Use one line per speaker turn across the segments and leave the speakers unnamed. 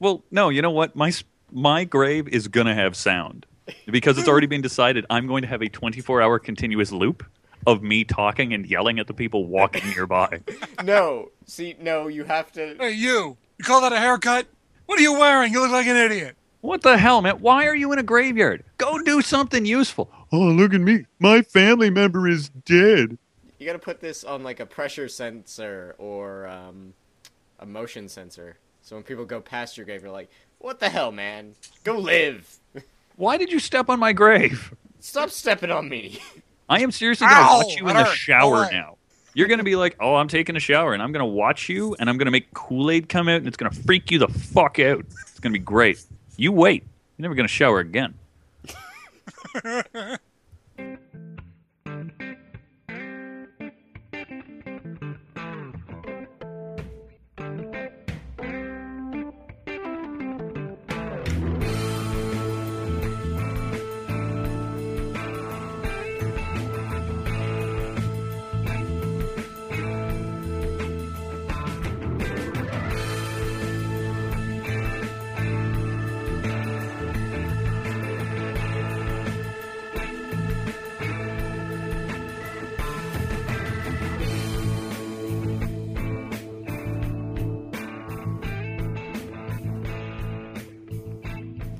Well, no, you know what? My s- my grave is gonna have sound because it's already been decided. I'm going to have a 24 hour continuous loop of me talking and yelling at the people walking nearby.
No, see, no, you have to.
Hey, you. You call that a haircut? What are you wearing? You look like an idiot.
What the hell, man? Why are you in a graveyard? Go do something useful. Oh, look at me. My family member is dead.
You got to put this on like a pressure sensor or um, a motion sensor. So when people go past your grave, you're like, "What the hell, man? Go live!
Why did you step on my grave?
Stop stepping on me!"
I am seriously going to
Ow,
watch you in
that
the
hurt.
shower
Alright.
now. You're going to be like, oh, I'm taking a shower, and I'm going to watch you, and I'm going to make Kool Aid come out, and it's going to freak you the fuck out. It's going to be great. You wait. You're never going to shower again.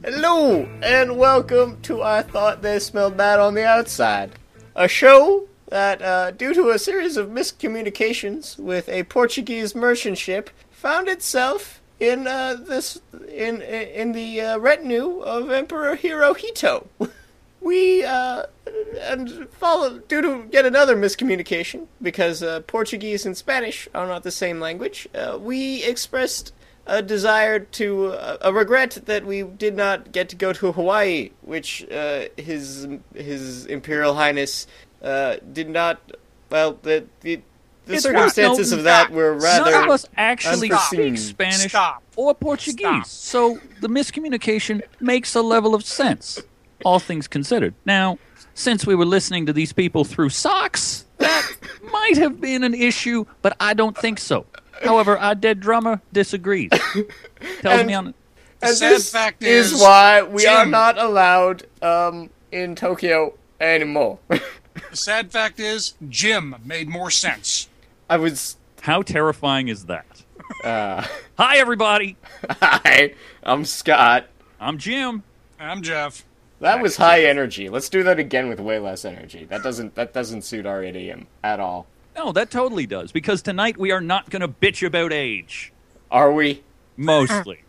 Hello and welcome to I Thought They Smelled Bad on the Outside, a show that, uh, due to a series of miscommunications with a Portuguese merchant ship, found itself in uh, this in in the uh, retinue of Emperor Hirohito. we uh, and follow due to yet another miscommunication because uh, Portuguese and Spanish are not the same language. Uh, we expressed a desire to uh, a regret that we did not get to go to Hawaii, which uh, his his Imperial Highness uh, did not. Well, the the, the
It's
circumstances
not-
of that were rather.
None of us actually speak
unforeseen.
Spanish
Stop.
or Portuguese,
Stop.
so the miscommunication makes a level of sense, all things considered. Now, since we were listening to these people through socks, that might have been an issue, but I don't think so. However, our dead drummer disagrees. Tells me on.
And
sad
this
fact
is,
is,
why we are
Jim-
not allowed um, in Tokyo anymore.
The sad fact is, Jim made more sense.
I was.
How terrifying is that?
Uh,
Hi, everybody.
hi, I'm Scott.
I'm Jim.
I'm Jeff.
That was high energy. Let's do that again with way less energy. That doesn't that doesn't suit our idiom at all.
No, that totally does, because tonight we are not going to bitch about age.
Are we?
Mostly.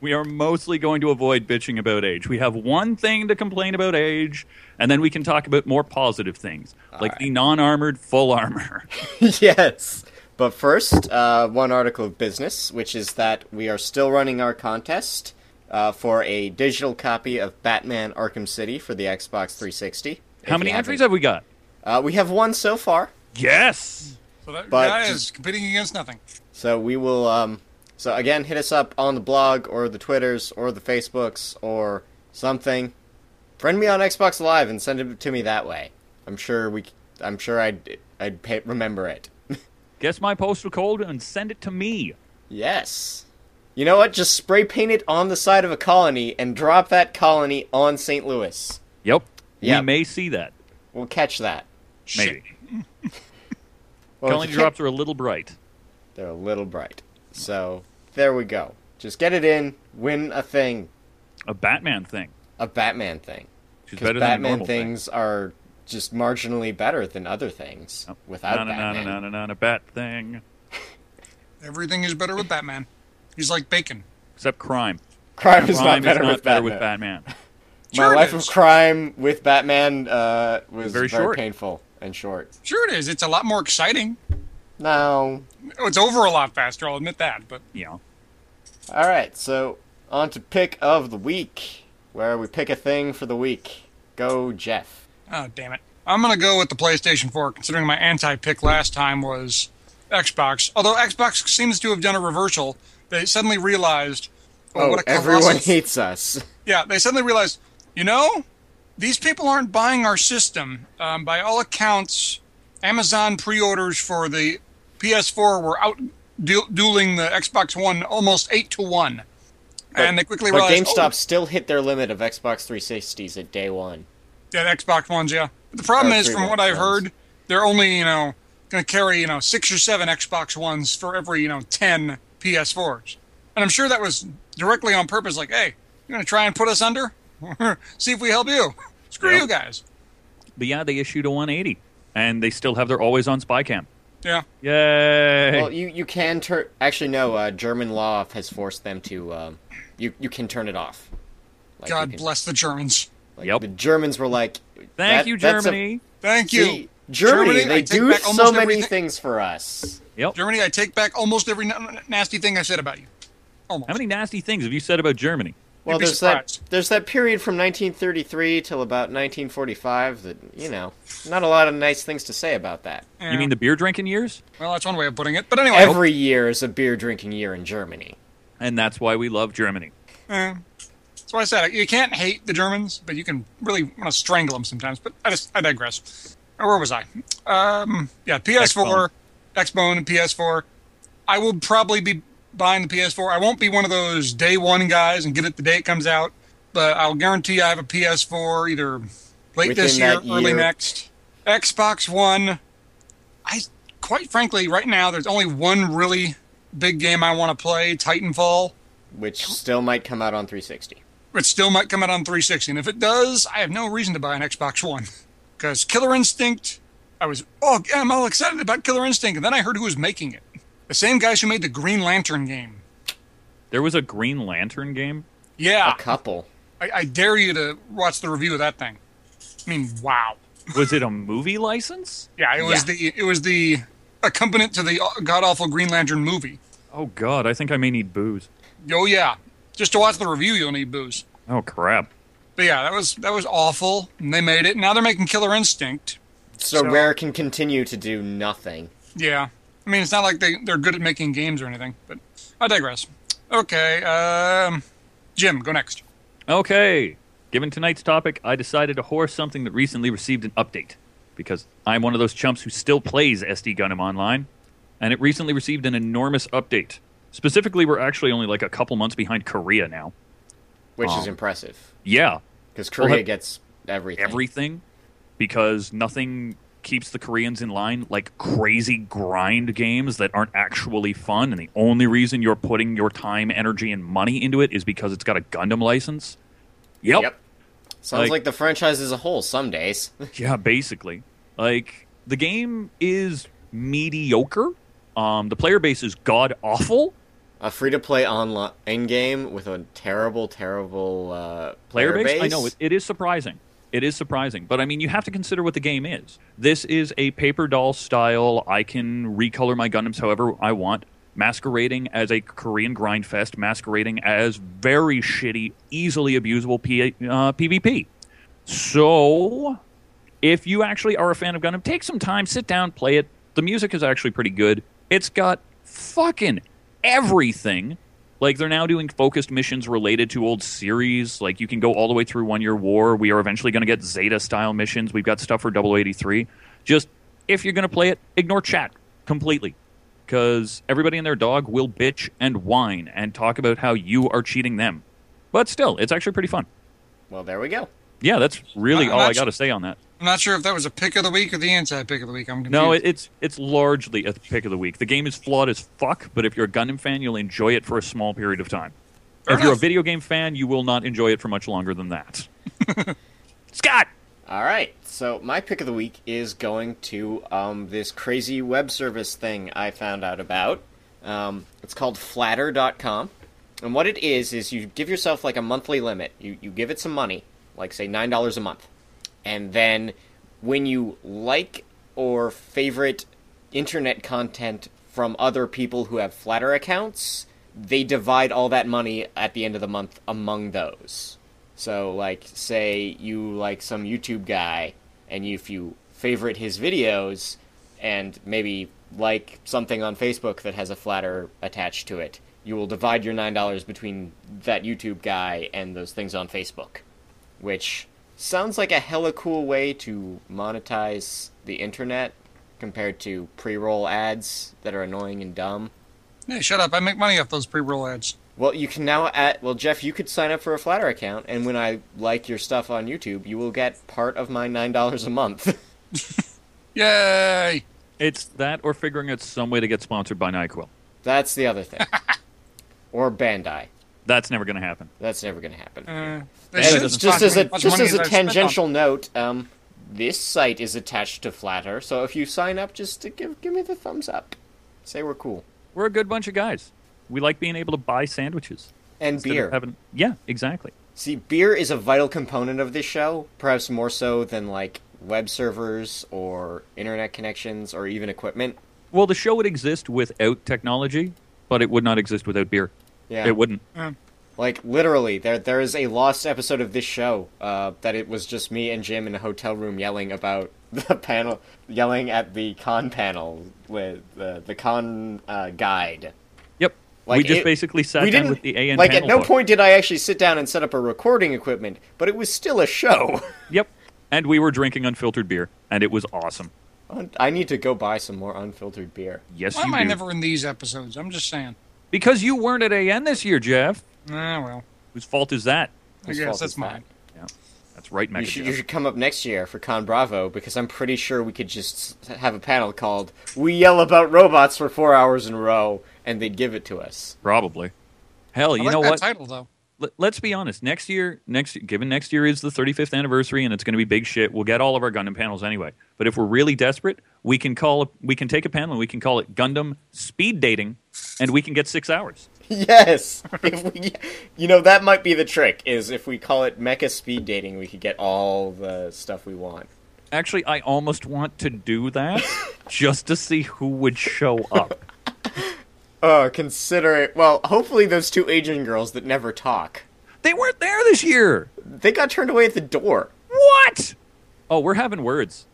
we are mostly going to avoid bitching about age. We have one thing to complain about age, and then we can talk about more positive things, like the non armored full armor.
yes. But first, uh, one article of business, which is that we are still running our contest uh, for a digital copy of Batman: Arkham City for the Xbox 360.
How many entries have we got?
Uh, we have one so far.
Yes!
So that
But-
guy is competing against nothing.
So we will. Um, so again, hit us up on the blog or the Twitters or the Facebooks or something. Friend me on Xbox Live and send it to me that way. I'm sure we. c- I'm sure I'd. I'd pay, remember it.
Guess my postal code and send it to me.
yes. You know what? Just spray paint it on the side of a colony and drop that colony on St. Louis.
Yep.
Yep.
We may see that.
We'll catch that.
Maybe.
Well,
Colony drops are a little bright.
They're a little bright. So there we go. Just get it in. Win a thing.
A Batman thing.
A Batman thing.
She's
Because
better than a
Batman
normal thing.
things are just marginally better than other things without
na, na, na,
Batman.
na, na, na, na, bat thing.
Everything is better with Batman. He's like bacon.
Except crime.
Crime is
crime
not better,
is not
with,
better
Batman.
with Batman.
My
Sure it
life
is.
of crime with Batman uh, was
Very
very,
short.
painful and short.
Sure it is. It's a lot more exciting.
No.
Oh, It's over a lot faster, I'll admit that. But
You know.
All right, so on to pick of the week, where we pick a thing for the week. Go, Jeff.
Oh, damn it. I'm going to go with the PlayStation 4, considering my anti pick last time was Xbox. Although Xbox seems to have done a reversal. They suddenly realized.
Oh,
what a colossal-
everyone hates us.
Yeah, they suddenly realized, you know, these people aren't buying our system. Um, by all accounts, Amazon pre orders for the PS4 were out du- dueling the Xbox One almost 8 to 1. and they oh. quickly
But
realized.
GameStop still hit their limit of Xbox 360s at day one.
Oh, yeah, the Xbox Ones, yeah. But the problem
Or
is,
three
from
Xbox
what I've
Ones.
heard, they're only you know going to carry you know six or seven Xbox Ones for every you know ten PS4s, and I'm sure that was directly on purpose. Like, hey, you're going to try and put us under? See if we help you. Screw
Yep.
you guys.
But yeah, they issued a 180, and they still have their always on spy cam.
Yeah.
Yay!
Well, you, you can turn. Actually, no. Uh, German law has forced them to. Um, you you can turn it off. Like, you
God
can-
bless the Germans.
Like,
Yep.
The Germans were like,
Thank
that-
you,
that's a-
Germany.
Thank you.
See, Germany,
Germany, I
they
take
do
back
so
almost
many
everything.
things for us.
Yep.
Germany, I take back almost every n- n- nasty thing I said about you. Almost.
How many nasty things have you said about Germany?
Well,
be
there's
surprised.
that there's that period from 1933 till about 1945 that you know, not a lot of nice things to say about that.
Yeah.
You mean the beer drinking years?
Well, that's one way of putting it. But anyway,
Every year is a beer drinking year in Germany.
And that's why we love Germany.
eh, that's why I said you can't hate the Germans, but you can really want to strangle them sometimes. But I just I digress. Uh, Where was I? Um, yeah, PS4, Xbone, and PS4. I will probably be buying the PS4. I won't be one of those day one guys and get it the day it comes out, but I'll guarantee I have a PS4 either late this
Within
year,
that
early
year.
next. Xbox One. I quite frankly, right now, there's only one really big game I want to play, Titanfall.
which still might come out on 360.
It still might come out on 360. And if it does, I have no reason to buy an Xbox One. Because Killer Instinct, I was, oh, yeah, I'm all excited about Killer Instinct. And then I heard who was making it. The same guys who made the Green Lantern game.
There was a Green Lantern game.
Yeah.
A couple.
I, I dare you to watch the review of that thing. I mean, wow.
Was it a movie license?
Yeah, it was
Yeah.
the it was the accompaniment to the god awful Green Lantern movie.
Oh God, I think I may need booze.
Oh yeah, just to watch the review, you'll need booze.
Oh crap.
But yeah, that was that was awful, and they made it. Now they're making Killer Instinct.
So,
So-
Rare can continue to do nothing.
Yeah, I mean it's not like they they're good at making games or anything. But I digress. Okay, um, Jim, go next.
Okay. Given tonight's topic, I decided to horse something that recently received an update because I'm one of those chumps who still plays SD Gundam Online, and it recently received an enormous update. Specifically, we're actually only like a couple months behind Korea now.
which
Oh.
is impressive
Yeah,
because
Well,
Korea
that-
gets everything.
everything because nothing keeps the Koreans in line like crazy grind games that aren't actually fun. And the only reason you're putting your time, energy, and money into it is because it's got a Gundam license. Yep.
Yep. Sounds
Like-
like, the franchise as a whole. Some days,
Yeah, basically. Like, the game is mediocre. Um, the player base is god awful.
a free to play online game with a terrible, terrible uh,
player base? I know it, it is surprising. It is surprising, but I mean, you have to consider what the game is. This is a paper doll style. I can recolor my Gundams however I want, masquerading as a Korean grind fest, masquerading as very shitty, easily abusable P- uh, PvP. So, if you actually are a fan of Gundam, take some time, sit down, play it. The music is actually pretty good. It's got fucking everything. Like they're now doing focused missions related to old series. Like you can go all the way through One Year War. We are eventually going to get Zeta style missions. We've got stuff for 083. Just if you're going to play it, ignore chat completely because everybody and their dog will bitch and whine and talk about how you are cheating them. But still, it's actually pretty fun.
Well, there we go.
Yeah, that's really
I'm
all
not
I
su-
got to say on that.
I'm not sure if that was a pick of the week or the anti pick of the week. I'm confused.
No, it, it's it's largely a pick of the week. The game is flawed as fuck, but if you're a Gundam fan, you'll enjoy it for a small period of time.
Fair
if you're a
enough.
video game fan, you will not enjoy it for much longer than that. Scott,
All right. So my pick of the week is going to um, this crazy web service thing I found out about. Um, it's called Flatter.com, and what it is is you give yourself like a monthly limit. You you give it some money, like say nine dollars a month, and then when you like or favorite internet content from other people who have Flatter accounts, they divide all that money at the end of the month among those. So, like, say you like some YouTube guy, and if you favorite his videos, and maybe like something on Facebook that has a flatter attached to it, you will divide your nine dollars between that YouTube guy and those things on Facebook, which sounds like a hella cool way to monetize the internet compared to pre-roll ads that are annoying and dumb.
Hey, shut up! I make money off those pre-roll ads.
Well, you can now at well, Jeff, you could sign up for a Flatter account, and when I like your stuff on YouTube, you will get part of my nine dollars a month.
Yay!
It's that or figuring out some way to get sponsored by NyQuil.
That's the other thing. or Bandai.
That's never going to happen.
That's never going to happen.
Uh, they
Hey,
should
doesn't
just
sponsor
as a
much
just
money
as a
I've spent on-
tangential note, um, this site is attached to Flatter, so if you sign up, just to give give me the thumbs up. Say we're cool
We're a good bunch of guys. We like being able to buy sandwiches.
and
instead of
beer.
having- yeah, exactly.
See, beer is a vital component of this show, perhaps more so than like web servers or internet connections or even equipment.
Well, the show would exist without technology, but it would not exist without beer.
Yeah,
It wouldn't.
Like literally, there there is a lost episode of this show uh, that it was just me and Jim in a hotel room yelling about the panel, yelling at the con panel with the the con uh, guide.
Yep. we
Like,
just
it-
basically sat down with the AN
like at
panel
no
book.
point did I actually sit down and set up a recording equipment, but it was still a show.
Yep. And we were drinking unfiltered beer, and it was awesome.
I need to go buy some more unfiltered beer.
Yes,
Why
you
am
do.
I never in these episodes? I'm just saying.
Because you weren't at AN this year, Jeff.
Ah, well,
Whose fault is that?
I
Whose
guess
fault
that's
is that?
mine.
That's right, Mecha
You should,
Jeff.
you should come up next year for Con Bravo because I'm pretty sure we could just s- have a panel called "We Yell About Robots" for four hours in a row, and they'd give it to us.
Probably. Hell, you
I like
know
that
what?
title though.
Let- let's be honest. Next year, next given next year is the 35th anniversary, and it's going to be big shit. We'll get all of our Gundam panels anyway. But if we're really desperate, we can call. We can take a panel and we can call it Gundam Speed Dating, and we can get six hours.
Yes, if we, you know that might be the trick. Is if we call it Mecha Speed Dating, we could get all the stuff we want.
Actually, I almost want to do that just to see who would show up.
Oh, consider it. Well, hopefully those two Asian girls that never talk.
They weren't there this year.
They got turned away at the door.
What? Oh, we're having words.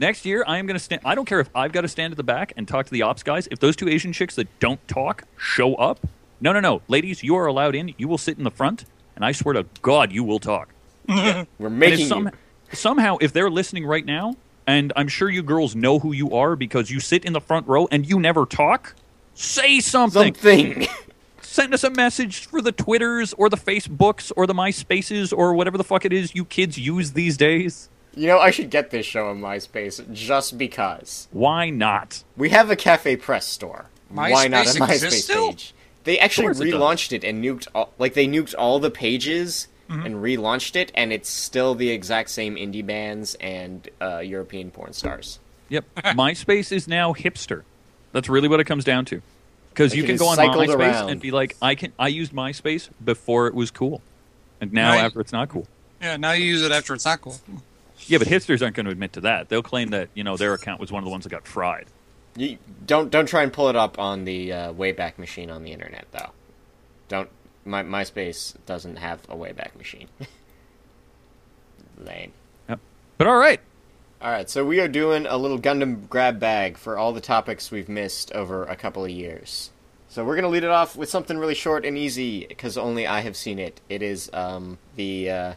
Next year, I am going to stand. I don't care if I've got to stand at the back and talk to the ops guys. If those two Asian chicks that don't talk show up, no, no, no. Ladies, you are allowed in. You will sit in the front, and I swear to God, you will talk.
We're
And if
making
some-
you.
somehow, if they're listening right now, and I'm sure you girls know who you are because you sit in the front row and you never talk, say something.
something.
Send us a message for the Twitters or the Facebooks or the MySpaces or whatever the fuck it is you kids use these days.
you know, I should get this show on MySpace just because.
Why not?
We have a cafe press store. Why not a
MySpace
MySpace
exists still?
page? They actually
Of course it does.
relaunched it, and nuked all, like they nuked all the pages
Mm-hmm.
and relaunched it, and it's still the exact same indie bands and uh, European porn stars.
Yep. MySpace is now hipster. That's really what it comes down to. Because
It
you
can
can
be
go on
cycled
MySpace
around.
and be like, I can I used MySpace before it was cool. And now
Right.
after it's not cool.
Yeah, now you use it after it's not cool.
Yeah, but hipsters aren't going to admit to that. They'll claim that, you know, their account was one of the ones that got fried.
You, don't don't try and pull it up on the uh, Wayback Machine on the internet, though. Don't my MySpace doesn't have a Wayback Machine. Lame.
Yep. But all right.
All right, so we are doing a little Gundam grab bag for all the topics we've missed over a couple of years. So we're gonna lead it off with something really short and easy because only I have seen it. It is um, the uh,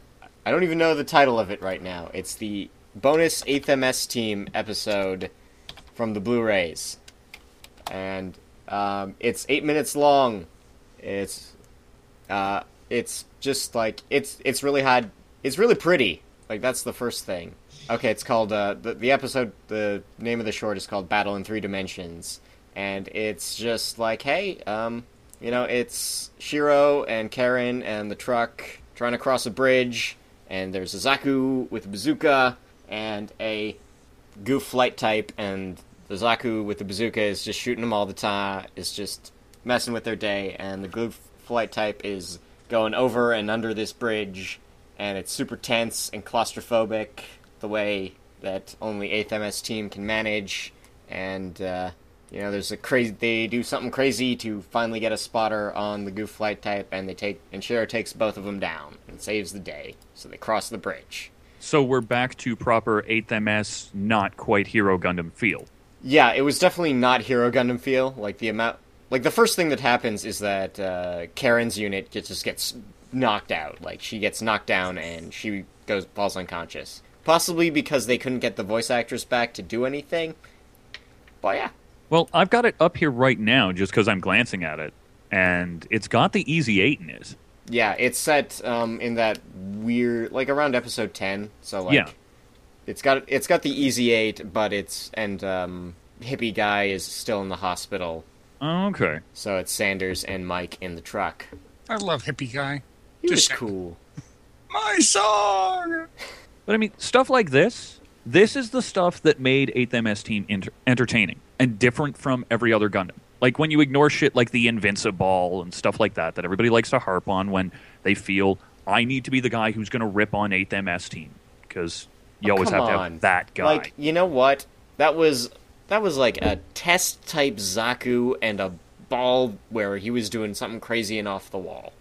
I don't even know the title of it right now. It's the bonus Eighth MS Team episode from the Blu-rays, and um, it's eight minutes long. It's uh, it's just like it's it's really high. It's really pretty. Like that's the first thing. Okay, it's called uh, the the episode. The name of the short is called "Battle in Three Dimensions," and it's just like, hey, um, you know, it's Shiro and Karen and the truck trying to cross a bridge, and there's a Zaku with a bazooka and a goof flight type, and the Zaku with the bazooka is just shooting them all the time. Is just messing with their day, and the goof flight type is going over and under this bridge, and it's super tense and claustrophobic, the way that only 8th MS team can manage, and uh, you know there's a crazy. They do something crazy to finally get a spotter on the goof flight type, and they take and Shiro takes both of them down and saves the day. So they cross the bridge.
So we're back to proper 8th MS, not quite Hero Gundam feel.
Yeah, it was definitely not Hero Gundam feel. Like the amount, like the first thing that happens is that uh, Karen's unit gets, just gets knocked out. Like she gets knocked down and she goes falls unconscious, possibly because they couldn't get the voice actress back to do anything. But yeah,
Well, I've got it up here right now just because I'm glancing at it. and it's got the Easy Eight in it.
Yeah, it's set um, in that weird, like around episode ten. So like,
Yeah.
it's got it's got the easy eight, but it's and um, hippie guy is still in the hospital.
Okay.
So it's Sanders and Mike in the truck.
I love hippie guy.
He was Oh,
Just-
cool.
My song.
But I mean, stuff like this, this is the stuff that made 8th MS Team enter- entertaining and different from every other Gundam. Like when you ignore shit like the Invincible and stuff like that, that everybody likes to harp on when they feel, I need to be the guy who's going to rip on 8th MS Team. Because you
Oh,
always
come
have to
on.
have that guy.
Like you know what? That was that was like a test type Zaku and a ball where he was doing something crazy and off the wall.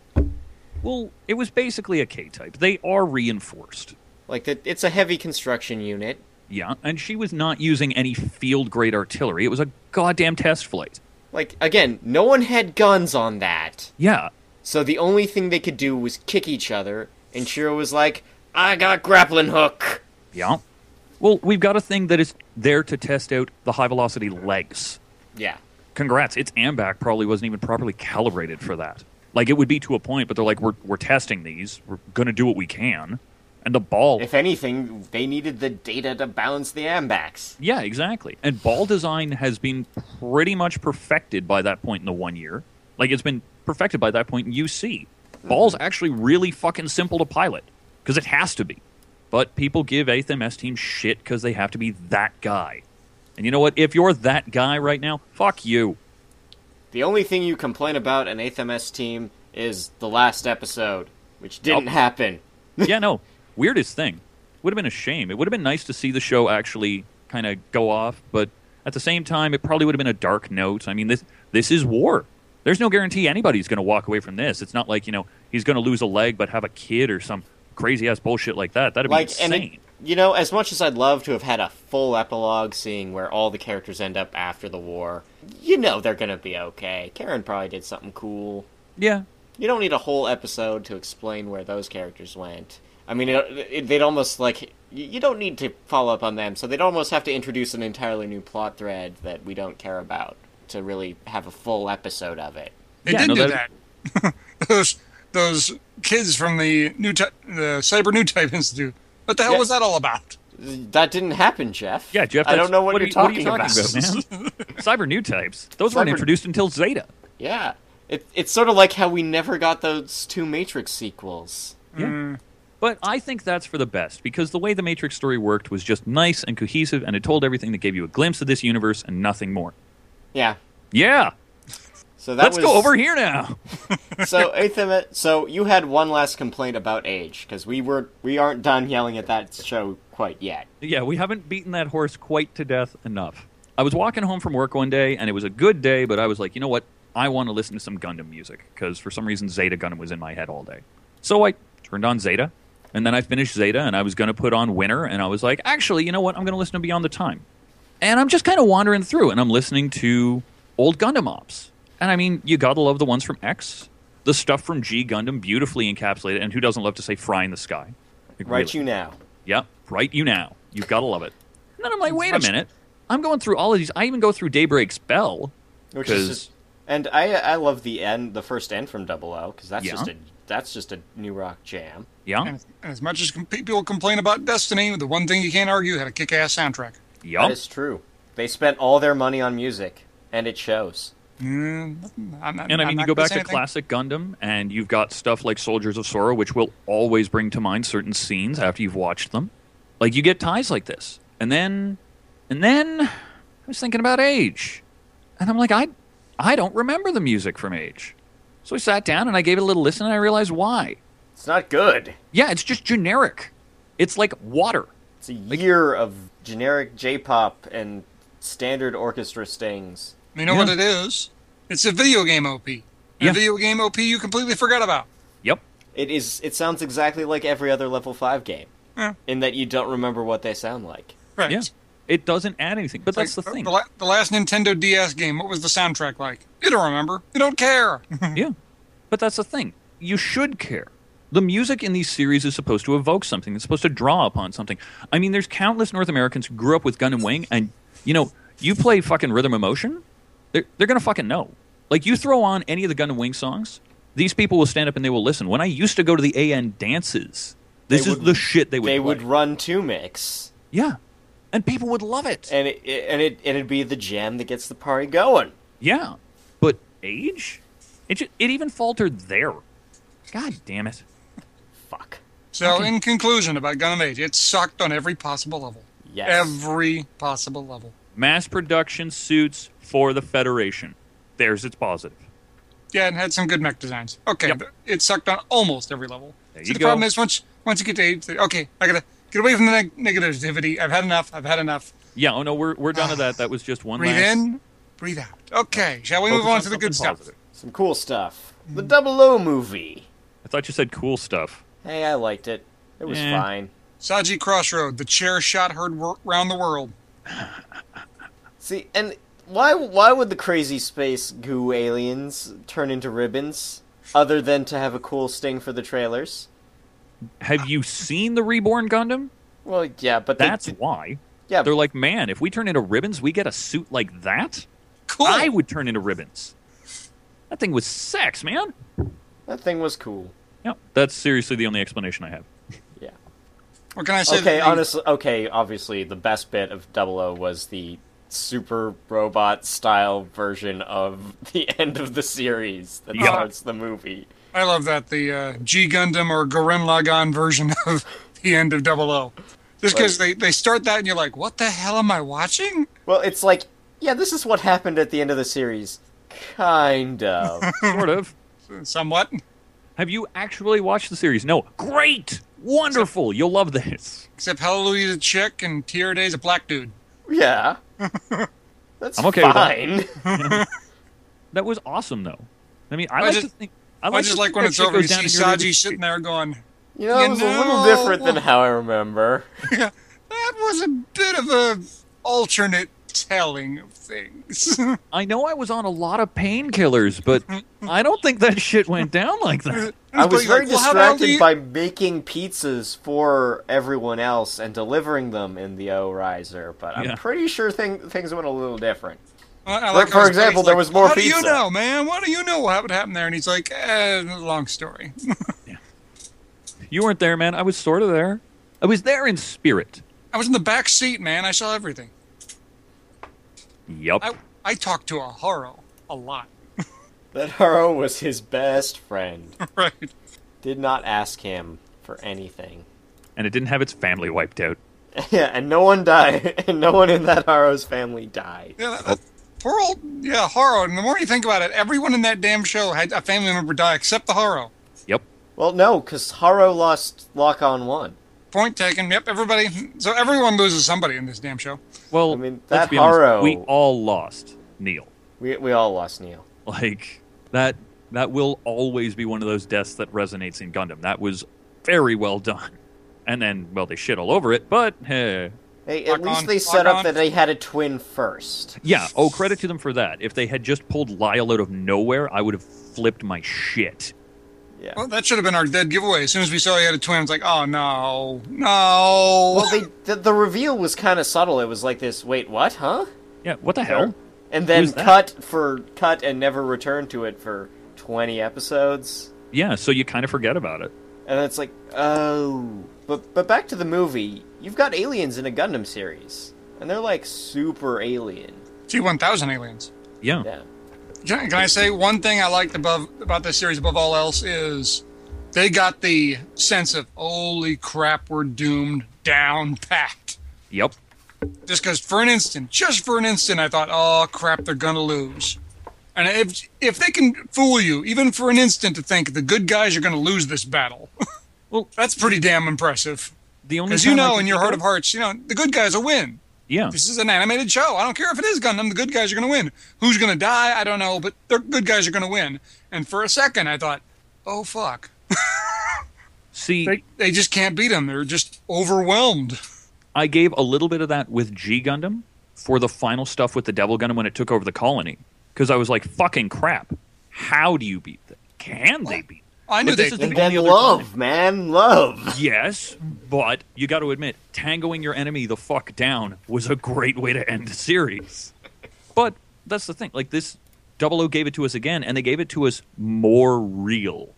well, it was basically a K type. They are reinforced.
Like that, it's a heavy construction unit.
Yeah, and she was not using any field grade artillery. It was a goddamn test flight.
Like again, no one had guns on that.
Yeah,
So the only thing they could do was kick each other, and Shiro was like, I got grappling hook.
Yeah. Well, we've got a thing that is there to test out the high velocity legs.
Yeah.
Congrats, its AMBAC probably wasn't even properly calibrated for that. Like it would be to a point, but they're like, we're we're testing these. We're gonna do what we can. And the ball
If anything, they needed the data to balance the ambacks.
Yeah, exactly. And ball design has been pretty much perfected by that point in the one year. Like it's been perfected by that point in UC. Ball's actually really fucking simple to pilot because it has to be. But people give 8th MS team shit because they have to be that guy. And you know what? If you're that guy right now, fuck you.
The only thing you complain about an 8th MS team is the last episode, which didn't
Yup.
happen.
yeah, no. Weirdest thing. Would have been a shame. It would have been nice to see the show actually kind of go off, but at the same time, it probably would have been a dark note. I mean, this this is war. There's no guarantee anybody's going to walk away from this. It's not like you know he's going to lose a leg but have a kid or some crazy ass bullshit like that. That'd
Like,
be
and
insane.
it, you know, as much as I'd love to have had a full epilogue seeing where all the characters end up after the war, you know they're gonna be okay. Karen probably did something cool.
yeah,
You don't need a whole episode to explain where those characters went. I mean, it, it, they'd almost like y- you don't need to follow up on them, so they'd almost have to introduce an entirely new plot thread that we don't care about to really have a full episode of it.
They
Yeah,
did
no,
do
that-
that. those those kids from the new Ty- the Cyber New Type Institute. What the hell
Yeah.
was that all about?
That didn't happen, Jeff.
yeah, Jeff.
I
that's-
don't know what,
are
you're
you-
talking,
what are you
about.
talking about, man. Cyber new types. Those weren't
Cyber-
introduced until Zeta.
Yeah, it, it's sort of like how we never got those two Matrix sequels.
Yeah. Hmm. But I think that's for the best because the way the Matrix story worked was just nice and cohesive and it told everything that gave you a glimpse of this universe and nothing more.
Yeah.
Yeah.
So that
Let's
was,
go over here now.
so eighth Amendment- so you had one last complaint about age because we were we aren't done yelling at that show quite yet.
yeah, we haven't beaten that horse quite to death enough. I was walking home from work one day and it was a good day, but I was like, you know what? I want to listen to some Gundam music because for some reason Zeta Gundam was in my head all day. So I turned on Zeta and then I finished Zeta and I was going to put on Winter and I was like, actually, you know what? I'm going to listen to Beyond the Time. and I'm just kind of wandering through, and I'm listening to old Gundam ops. And I mean, you gotta love the ones from X, the stuff from G Gundam, beautifully encapsulated. And who doesn't love to say "fry in the sky"? Like,
Right
really.
you now.
Yep, right you now. You've gotta love it. And then I'm like, wait a
Much-
minute, I'm going through all of these. I even go through Daybreak's Bell.
Which is
'Cause-
just, and I I love the end the first end from Double O because that's
Yeah.
just a that's just a new rock jam.
Yeah,
And, and as much as com- people complain about Destiny, the one thing you can't argue had a kick-ass soundtrack.
yup.
That is true. They spent all their money on music, and it shows.
Mm, nothing- I'm not-
And I
I'm
mean,
not
you go
gonna
back
say
to
anything.
classic Gundam, and you've got stuff like Soldiers of Sorrow, which will always bring to mind certain scenes after you've watched them. Like you get ties like this, and then, and then, I was thinking about Age, and I'm like, I, I don't remember the music from Age. So I sat down and I gave it a little listen, and I realized why.
It's not good.
Yeah, it's just generic. It's like water.
It's a year of generic J-pop and standard orchestra stings.
You know
Yeah.
what it is? It's a video game OP. And
Yeah.
A video game OP you completely forgot about.
Yep.
It is. It sounds exactly like every other level five game,
Yeah.
in that you don't remember what they sound like.
Right.
Yeah. It doesn't add anything, but that's
Like, uh,
the thing.
The, la- the last Nintendo DS game, what was the soundtrack like? You don't remember. You don't care.
Yeah. But that's the thing. You should care. The music in these series is supposed to evoke something. It's supposed to draw upon something. I mean, there's countless North Americans who grew up with Gundam Wing, and, you know, you play fucking Rhythm Emotion, they're, they're going to fucking know. Like you throw on any of the Gundam Wing songs, these people will stand up and they will listen. When I used to go to the AN dances, this
They
is
would-
the shit they would.
they
play.
would run to mix,
yeah, and people would love it.
and it, it and it and it'd be the jam that gets the party going.
Yeah, but age, it ju- it even faltered there. God damn it!
Fuck.
So, in conclusion about Gundam Age, it sucked on every possible level.
Yes.
Every possible level.
Mass production suits for the Federation. There's its positive.
Yeah, it had some good mech designs. Okay,
Yep.
but it sucked on almost every level.
There
See,
you
the
go.
problem is once once you get to age, okay, I gotta get away from the neg- negativity. I've had enough. I've had enough.
Yeah, oh no, we're we're done with that. That was just one.
Breathe
last,
in, breathe out. Okay, shall we
focus
move on to the
something
good stuff?
positive.
Some cool stuff. The Double O movie.
I thought you said cool stuff.
Hey, I liked it. It was
Eh.
fine.
Saji Crossroad, the chair shot heard wor- round the world.
See, and why why would the crazy space goo aliens turn into ribbons other than to have a cool sting for the trailers?
Have you seen the reborn Gundam?
Well, yeah, but they-
That's why.
yeah,
They're like, man, if we turn into ribbons, we get a suit like that.
Cool.
I would turn into ribbons. That thing was sex, man.
that thing was cool.
Yep. That's seriously the only explanation I have.
Yeah.
what can I say?
Okay,
that-
honestly, okay, obviously the best bit of Double O was the super robot style version of the end of the series that
Yeah.
starts the movie.
I love that the uh, G Gundam or Gurren Lagann version of the end of Double O. Just because they, they start that and you're like, what the hell am I watching?
Well, it's like, yeah, this is what happened at the end of the series. Kind of.
Sort of.
Somewhat.
Have you actually watched the series? No. Great. Wonderful. You'll love this.
Except Hallelujah's a chick and Tear Day's a black dude.
yeah. That's
I'm okay with that.
fine.
That was awesome, though. I mean, I,
I
like
just-
to think. I,
I
like
just
to
like
think
when
that
it's
shit
over, you
goes down
see
in your
Saji
living-
sitting there going,
You know,
You
it was a little
know-
different than how I remember.
that was a bit of a alternate telling of things.
I know I was on a lot of painkillers, but I don't think that shit went down like that.
I was
Like,
very
well, how the hell do
distracted
you-
by making pizzas for everyone else and delivering them in the O Riser, but I'm
Yeah.
pretty sure thing, things went a little different.
I- I
Like,
how
for
his
example,
buddy's
there was more
What do you
pizza."
know, man? What do you know what would happen there? And he's like, eh, long story.
You weren't there, man. I was sort of there. I was there in spirit.
I was in the back seat, man. I saw everything.
Yup.
I I talked to Aharo a lot.
That Haro was his best friend.
Right.
Did not ask him for anything.
and it didn't have its family wiped out.
Yeah, and no one died, and no one in that Haro's family died.
Yeah, that, that, poor old yeah Haro. And the more you think about it, everyone in that damn show had a family member die except the Haro.
Yep.
Well, no, because Haro lost Lock on One.
Point taken. Yep, everybody. So everyone loses somebody in this damn show.
Well,
I mean,
let's
that
be honest,
Haro-
we all lost Neil.
We, we all lost Neil.
Like that. That will always be one of those deaths that resonates in Gundam. That was very well done. And then, well, they shit all over it, but eh.
Hey,
Lock
at least
on,
they
lock
set
on.
up that they had a twin first.
yeah. Oh, credit to them for that. If they had just pulled Lyle out of nowhere, I would have flipped my shit.
Yeah.
Well, that should have been our dead giveaway. As soon as we saw he had a twin, it's like, oh no, no.
Well, they, the, the reveal was kind of subtle. It was like this, wait, what, huh?
Yeah. What the hell?
And then
Who's that?
cut for cut and never return to it for 20 episodes.
Yeah. So you kind of forget about it.
And it's like, oh. But, but back to the movie, you've got aliens in a Gundam series. And they're like super alien.
T one thousand aliens.
Yeah.
Yeah.
Can, can I say one thing I liked above about this series above all else is they got the sense of holy crap, we're doomed down packed.
Yep.
Just because for an instant, just for an instant, I thought, oh crap, they're gonna lose. And if if they can fool you even for an instant to think the good guys are gonna lose this battle,
Well-
that's pretty damn impressive.
The only
Because you
time I
know
can
in your
think
heart
of-
of hearts, you know the good guys will win.
yeah.
This is an animated show. I don't care if it is Gundam. The good guys are going to win. Who's going to die? I don't know, but the good guys are going to win. And for a second, I thought, oh fuck,
See,
they they just can't beat them. They're just overwhelmed.
I gave a little bit of that with G Gundam for the final stuff with the Devil Gundam when it took over the colony because I was like, "Fucking crap! How do you beat them? Can they beat?" Them?
I knew
But this
they.
is
And
The
then
only other
love, man, love.
Yes, but you got to admit, tangoing your enemy the fuck down was a great way to end the series. But that's the thing. Like this, Double O gave it to us again, and they gave it to us more real.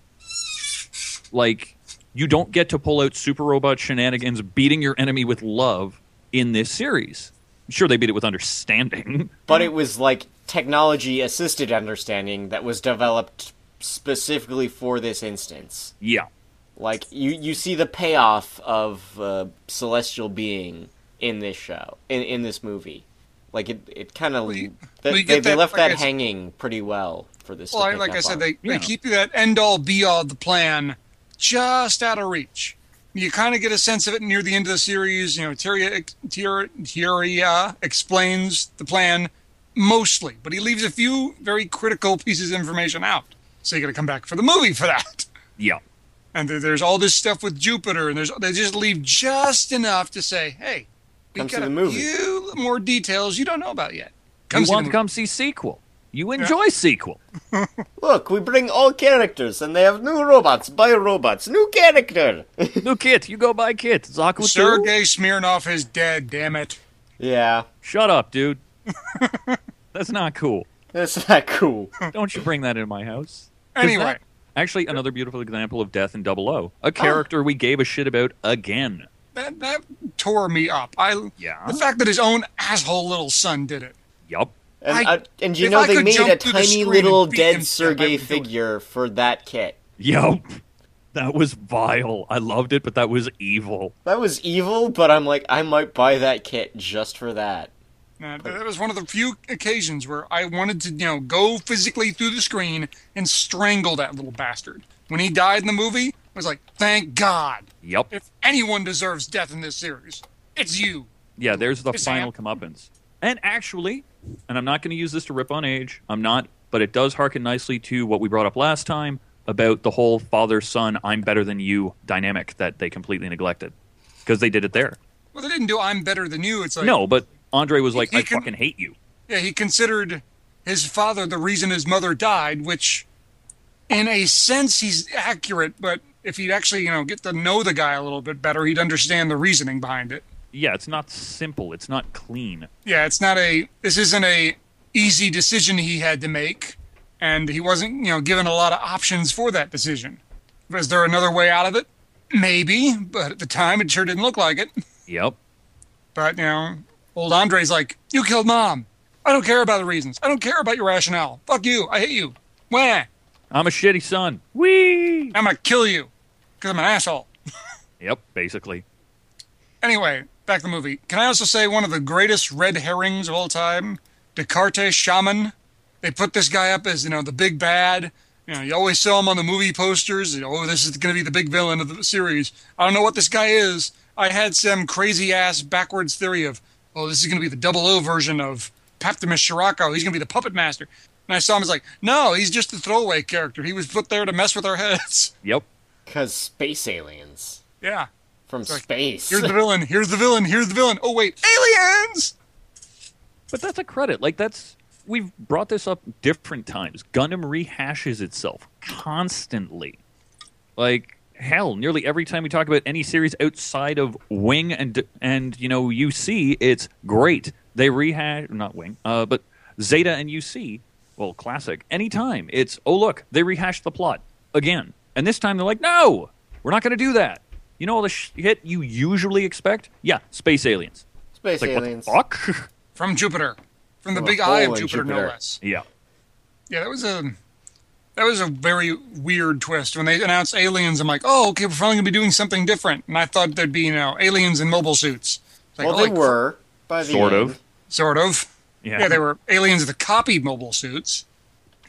Like, you don't get to pull out Super Robot shenanigans beating your enemy with love in this series. Sure, they beat it with understanding.
But it was like technology assisted understanding that was developed specifically for this instance.
yeah.
Like you, you see the payoff of uh, celestial being in this show, in in this movie. Like it, it kind of they,
you- well,
they,
you get
they
that-
left
like I
that
s-
hanging pretty well for this. to
Well, I-
pick
like I
up
said,
on.
they,
Yeah.
they keep you that end all be all of the plan just out of reach. You kind of get a sense of it near the end of the series. You know, Tyria, Tyria, Tyria explains the plan mostly, but he leaves a few very critical pieces of information out. So you got to come back for the movie for that.
Yeah.
And there, there's all this stuff with Jupiter, and there's they just leave just enough to say, "Hey, we
Come see
got
the
a
movie."
few more details you don't know about yet."
you
see the
want to
movie.
come see sequel. You enjoy sequel.
Look, we bring all characters, and they have new robots, bio robots, new character.
New kit. You go buy kit. Zaku too?
Sergei Smirnov is dead. Damn it.
yeah,
Shut up, dude. That's not cool.
that's not cool.
Don't you bring that in my house. 'Cause
Anyway,
that- actually, another beautiful example of death in Double O. A character we gave a shit about again.
that, that tore me up. I
Yeah.
the fact that his own asshole little son did it.
Yup.
And,
I-
uh, and you
if
know
I
they
could
made
jump
a
through the
tiny
screen
little
and beat
dead
him, I
Sergei
would do it.
figure for that kit.
Yup. That was vile. I loved it, but that was evil.
That was evil, but I'm like, I might buy that kit just for that.
Uh, that was one of the few occasions where I wanted to, you know, go physically through the screen and strangle that little bastard. When he died in the movie, I was like, "Thank God."
Yup.
If anyone deserves death in this series, it's you.
Yeah, there's the
It's
final comeuppance. And actually, and I'm not going to use this to rip on age. I'm not, but it does harken nicely to what we brought up last time about the whole father son, I'm better than you dynamic that they completely neglected because they did it there.
Well, they didn't do I'm better than you. It's like
No, but Andre was like,
He
I
can-
fucking hate you.
Yeah, he considered his father the reason his mother died, which, in a sense, he's accurate. But if he'd actually, you know, get to know the guy a little bit better, he'd understand the reasoning behind it.
Yeah, it's not simple. It's not clean.
Yeah, it's not a. This isn't a easy decision he had to make, and he wasn't, you know, given a lot of options for that decision. Was there another way out of it? Maybe, but at the time, it sure didn't look like it.
Yep.
But you know, old Andre's like, "You killed mom. I don't care about the reasons. I don't care about your rationale. Fuck you. I hate you. Wah.
I'm a shitty son. Wee.
I'm gonna kill you because I'm an asshole."
Yep, basically.
Anyway, back to the movie. Can I also say one of the greatest red herrings of all time? Descartes Shaman. They put this guy up as you know the big bad. You know, you always saw him on the movie posters. you know, Oh, this is going to be the big villain of the series. I don't know what this guy is. I had some crazy ass backwards theory of, oh, this is going to be the double O version of Paptimus Shirako. He's going to be the puppet master. And I saw him as like, no, he's just a throwaway character. He was put there to mess with our heads.
Yep.
Because space aliens
yeah.
from
like,
space.
Here's the villain. Here's the villain. Here's the villain. Oh, wait. Aliens!
But that's a credit. Like that's we've brought this up different times. Gundam rehashes itself constantly. Like hell, nearly every time we talk about any series outside of Wing and and you know UC, it's great. They rehash not Wing, uh, but Zeta and UC. Well, classic. Anytime it's oh look, they rehashed the plot again, and this time they're like, no, we're not going to do that. You know all the shit you usually expect? Yeah, space aliens.
space
It's like
aliens.
what the fuck?
from Jupiter, from the
From a
big eye
hole Oh,
of
in
Jupiter, no
Jupiter.
less.
yeah.
Yeah, that was a that was a very weird twist when they announced aliens. I'm like, oh, okay, we're finally gonna be doing something different. And I thought there'd be you know aliens in mobile suits. It's like,
Well,
holy
they were by the
Sort
end.
of.
sort of.
Yeah.
they were aliens that copied mobile suits.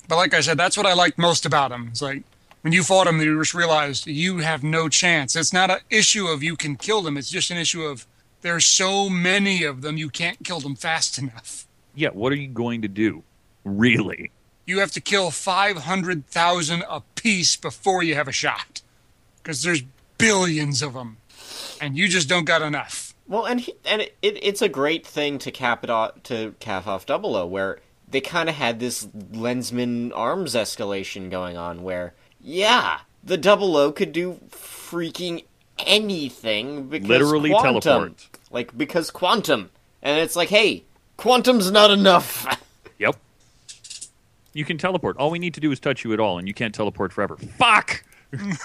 But like I said, that's what I liked most about them. It's like when you fought them, you just realized you have no chance. It's not an issue of you can kill them. It's just an issue of there's so many of them, you can't kill them fast enough.
yeah, what are you going to do? Really?
you have to kill 500,000 apiece before you have a shot because there's billions of them and you just don't got enough.
Well, and he, and it, it, it's a great thing to cap it off to cap off Double O, where they kind of had this Lensman arms escalation going on, where yeah, the Double O could do freaking anything because
Literally
quantum,
teleport.
like because quantum, and it's like hey, quantum's not enough.
Yep. You can teleport. All we need to do is touch you at all, and you can't teleport forever. Fuck!
Yeah,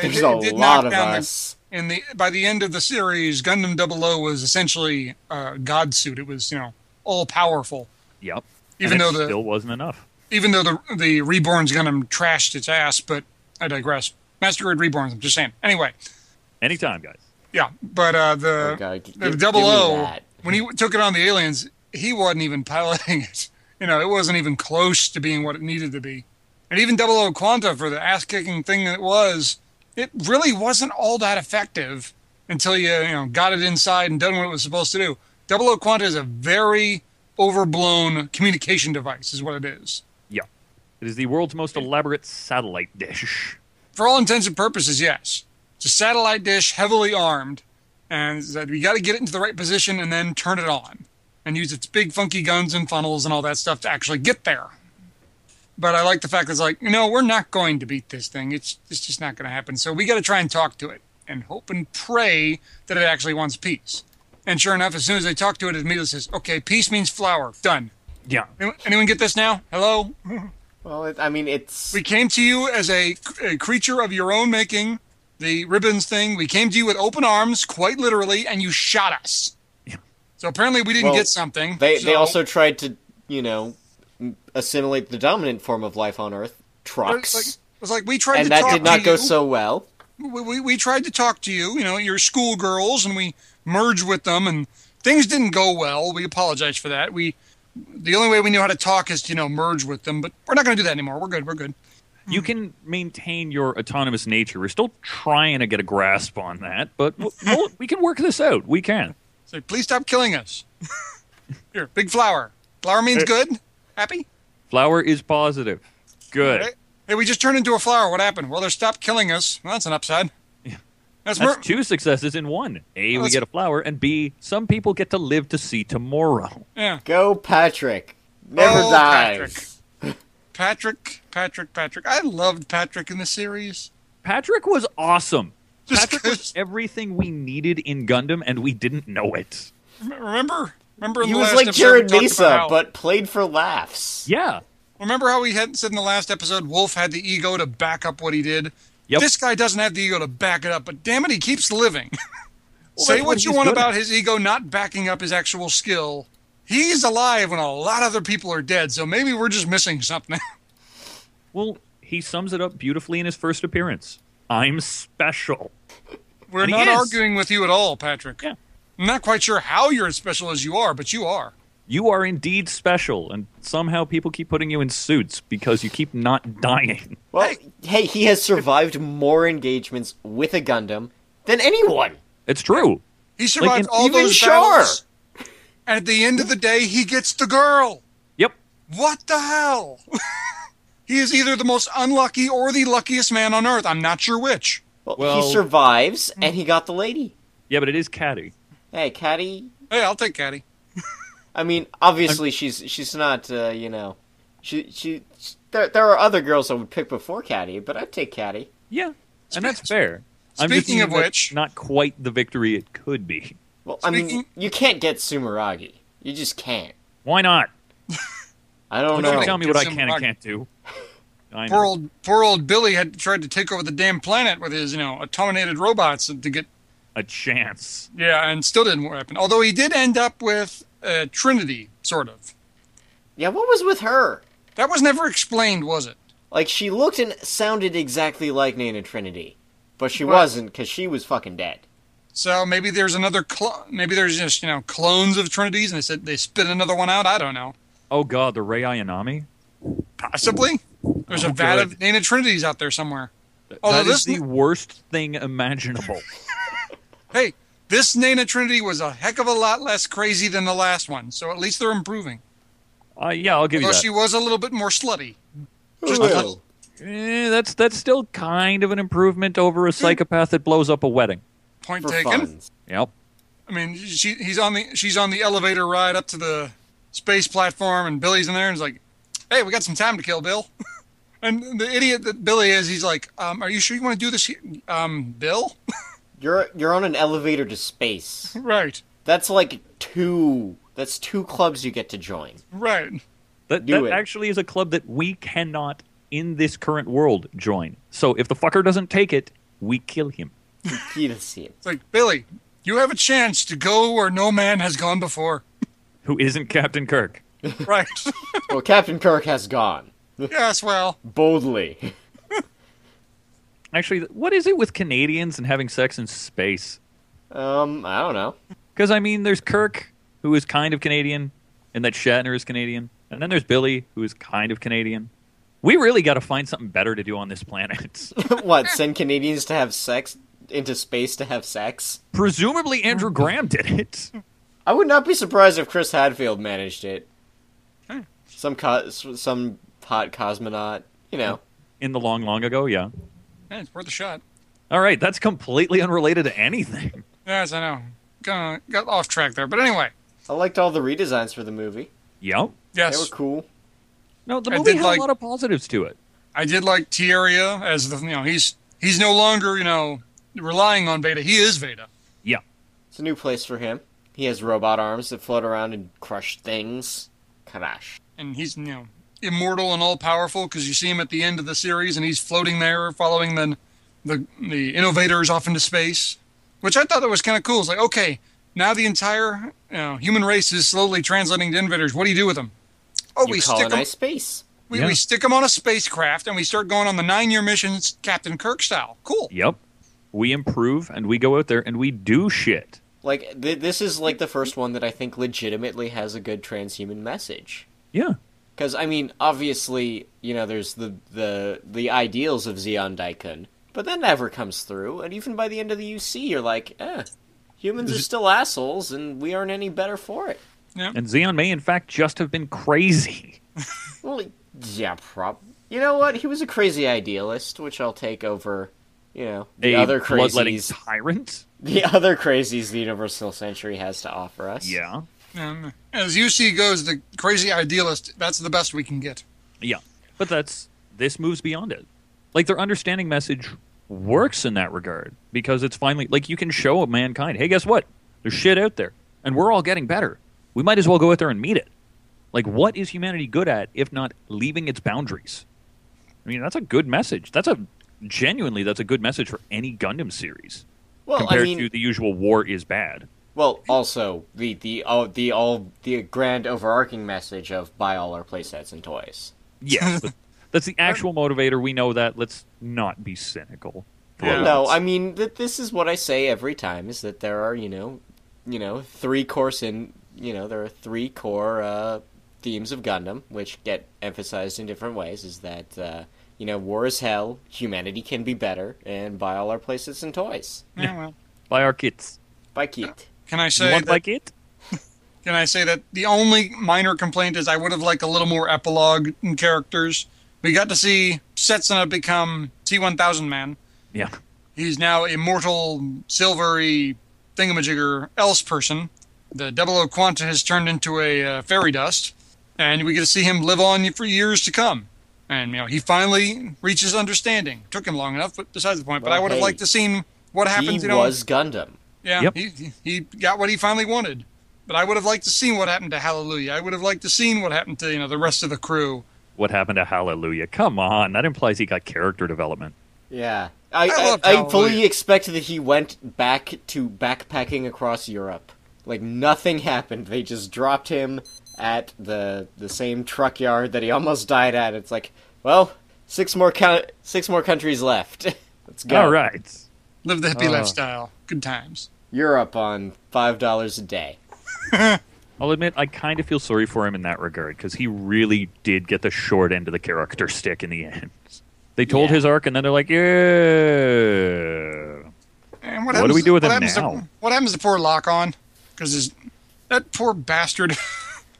There's a
did knock
lot of
down the-
us.
and the by the end of the series, Gundam 00 was essentially uh, God suit. It was you know all powerful,
Yep.
Even
and
though
it
the-
still wasn't enough.
even though the the Reborn's Gundam trashed its ass. But I digress. Master Grid Reborns. I'm just saying. Anyway,
Anytime, guys.
yeah, but uh, the
Oh, God, g-
the
give-
Double
give me
O
that.
when he took it on the aliens, he wasn't even piloting it. You know, it wasn't even close to being what it needed to be. And even Double O Quanta for the ass kicking thing that it was, it really wasn't all that effective until you you know got it inside and done what it was supposed to do. Double O Quanta is a very overblown communication device, is what it is.
Yeah. It is the world's most elaborate satellite dish.
for all intents and purposes, yes. It's a satellite dish, heavily armed, and it's that you got to get it into the right position and then turn it on, and use its big funky guns and funnels and all that stuff to actually get there. But I like the fact that it's like, no, we're not going to beat this thing. It's it's just not going to happen. So we got to try and talk to it and hope and pray that it actually wants peace. And sure enough, as soon as they talk to it, it immediately says, "Okay, peace means flower. Done."
Yeah.
Anyone- Anyone get this now? Hello,
Well, it, I mean, it's
we came to you as a, a creature of your own making, the ribbons thing. We came to you with open arms, quite literally, and you shot us. So apparently we didn't
Well,
get something.
they
so-
they also tried to you know m- assimilate the dominant form of life on Earth,
it was
trucks,
like, it was like we tried to
and that
talk
did not
to
go
you.
so well.
we, we, we tried to talk to you, you know, your schoolgirls, and we merged with them, and things didn't go well. We apologize for that. We the only way we knew how to talk is to you know merge with them, but we're not going to do that anymore. We're good. We're good.
You can maintain your autonomous nature. We're still trying to get a grasp on that, but we'll, we'll, we can work this out. We can.
Say, please stop killing us. Here, big flower. Flower means good. Happy.
Flower is positive. Good.
Hey, hey, we just turned into a flower. What happened? Well, they stopped killing us. Well, that's an upside. That's,
That's
mer-
two successes in one. A, we
That's-
get a flower, and B, some people get to live to see tomorrow.
yeah.
Go, Patrick. Never
Oh,
dies.
Patrick. Patrick, Patrick, Patrick. I loved Patrick in the series.
Patrick was awesome.
Just
Patrick was
'cause-
everything we needed in Gundam, and we didn't know it.
Rem- Remember? Remember in
He
the
was
last
like
episode
Jared
we talked about
Mesa,
how-
but played for laughs.
Yeah.
Remember how we had said in the last episode Wolf had the ego to back up what he did?
Yep.
This guy doesn't have the ego to back it up, but damn it, he keeps living. Say
that's
what,
what
you
he's
want
good
about
at.
his ego not backing up his actual skill. He's alive when a lot of other people are dead, so maybe we're just missing something.
Well, he sums it up beautifully in his first appearance. I'm special.
We're
And he
not
is.
arguing with you at all, Patrick.
Yeah.
I'm not quite sure how you're as special as you are, but you are.
You are indeed special, and somehow people keep putting you in suits because you keep not dying.
Well, hey, he has survived more engagements with a Gundam than anyone.
It's true.
He survived
and
all
even
those
Char.
battles. And at the end of the day, he gets the girl.
Yep.
What the hell? he is either the most unlucky or the luckiest man on earth. I'm not sure which.
Well,
Well-
he survives, and
Hmm.
he got the lady.
Yeah, but it is catty.
Hey, Caddy.
Hey, I'll take Caddy.
I mean, obviously she's she's not uh, you know, she she. she- There, there are other girls I would pick before Caddy, but I'd take Caddy.
Yeah, and that's fair. I'm just
Speaking of
saying that's
which-
not quite the victory it could be.
Well, I mean,
Speaking-
you can't get Sumeragi. You just can't.
Why not?
I don't
Don't you
know.
tell me what I
Oh, Give
can
some
and can't do. I
Poor
know.
old, poor old Billy had tried to take over the damn planet with his, you know, automated robots to get.
A chance.
Yeah, and still didn't happen. Although he did end up with uh, Trinity, sort of.
Yeah, what was with her?
That was never explained, was it?
Like she looked and sounded exactly like Nana Trinity, but she
Well-
wasn't because she was fucking dead.
So maybe there's another clone. Maybe there's just you know clones of Trinities, and they said they spit another one out. I don't know.
Oh God, the Rei Ayanami.
Possibly. There's
Oh,
a vat
good.
of Nana Trinities out there somewhere. Although
that is
this,
the worst thing imaginable.
hey, this Nana Trinity was a heck of a lot less crazy than the last one. So at least they're improving.
uh, yeah, I'll give you
Although
that.
she was a little bit more slutty.
Well,
Eh, that's that's still kind of an improvement over a psychopath that blows up a wedding.
Point
for
taken.
fun.
Yep.
I mean, she he's on the she's on the elevator ride up to the space platform, and Billy's in there, and he's like, "Hey, we got some time to kill, Bill." and the idiot that Billy is, he's like, um, "Are you sure you want to do this, here? um, Bill?"
You're you're on an elevator to space.
right,
That's like two. That's two clubs you get to join.
right.
That,
Do
that
it.
actually is a club that we cannot, in this current world, join. So if the fucker doesn't take it, we kill him.
You don't see it.
It's like, Billy, you have a chance to go where no man has gone before.
Who isn't Captain Kirk?
Right.
Well, Captain Kirk has gone
yes, well,
boldly.
Actually, what is it with Canadians and having sex in space?
Um, I don't know.
Because I mean, there's Kirk, who is kind of Canadian, and that Shatner is Canadian, and then there's Billy, who is kind of Canadian. We really got to find something better to do on this planet.
what? Send Canadians to have sex into space to have sex?
Presumably, Andrew Graham did it.
I would not be surprised if Chris Hadfield managed it.
Hmm.
Some co- some hot cosmonaut, you know.
Hmm.
in the long, long ago. Yeah.
yeah, it's worth a shot.
All right, that's completely unrelated to anything.
Yes, I know. Got, got off track there. But anyway,
I liked all the redesigns for the movie.
Yep.
They were
yes.
cool.
No, the
I
movie
did
had
like-
a lot of positives to it.
I did like Tieria as the, you know, he's he's no longer, you know, relying on Veda. He is Veda.
Yeah.
It's a new place for him. He has robot arms that float around and crush things. Crash.
And he's, you know, immortal and all powerful because you see him at the end of the series and he's floating there following the, the, the innovators off into space, which I thought that was kind of cool. It's like, okay, now the entire you know, human race is slowly translating to innovators. What do you do with them? Oh,
You
we stick 'em-
colonize space.
We,
Yeah.
we stick them on a spacecraft and we start going on the nine year missions, Captain Kirk style. Cool.
Yep. We improve and we go out there and we do shit.
Like th- this is like the first one that I think legitimately has a good transhuman message.
Yeah.
Because I mean, obviously, you know, there's the the the ideals of Zeon Daikun, but that never comes through. And even by the end of the UC, you're like, eh, humans are still assholes, and we aren't any better for it.
And Xeon may, in fact, just have been crazy.
Well, yeah, prob. You know what? He was a crazy idealist, which I'll take over. You know, the
a
other
bloodletting
crazies,
tyrant.
the other crazies the Universal Century has to offer us.
Yeah.
Um, as UC goes, the crazy idealist, that's the best we can get.
Yeah. But that's this moves beyond it. Like their understanding message works in that regard because it's finally like you can show mankind, hey, guess what? There's shit out there and we're all getting better. We might as well go out there and meet it. Like what is humanity good at if not leaving its boundaries? I mean, that's a good message. That's a genuinely that's a good message for any Gundam series
well,
compared
I mean,
to the usual war is bad.
Well, also the the all the all the grand overarching message of buy all our playsets and toys.
Yes. but that's the actual motivator. We know that. Let's not be cynical. for
Yeah.
No,
once.
I mean that this is what I say every time is that there are you know, you know three course in you know there are three core uh, themes of Gundam which get emphasized in different ways. Is that uh, you know war is hell, humanity can be better, and buy all our playsets and toys.
Yeah, well.
by our kids.
Buy Keat.
Can I
You
say
want
that,
like it?
Can I say that the only minor complaint is I would have liked a little more epilogue in characters. We got to see Setsuna become T1000 man.
Yeah.
He's now immortal, silvery thingamajigger else person. The Double O Quanta has turned into a uh, fairy dust, and we get to see him live on for years to come. And you know, he finally reaches understanding. Took him long enough, but besides the point. But
Well,
I would have
hey,
liked to seen what
He
happens. you know,
was Gundam.
yeah,
Yep.
he, he- he got what he finally wanted. But I would have liked to seen what happened to Hallelujah. I would have liked to seen what happened to you know the rest of the crew.
What happened to Hallelujah? Come on, that implies he got character development.
Yeah. I,
I
I,
love
I,
Hallelujah.
fully expect that he went back to backpacking across Europe. Like nothing happened. They just dropped him at the the same truck yard that he almost died at. It's like, well, six more count, six more countries left. Let's go.
All right.
Live the hippie
Ah.
lifestyle. Good times.
Europe on five dollars a day.
I'll admit I kind of feel sorry for him in that regard because he really did get the short end of the character stick in the end. They told
Yeah.
his arc, and then they're like, "Yeah."
And
What do we do with him
happens
now?
To, what happens to poor Lock On? Because that poor bastard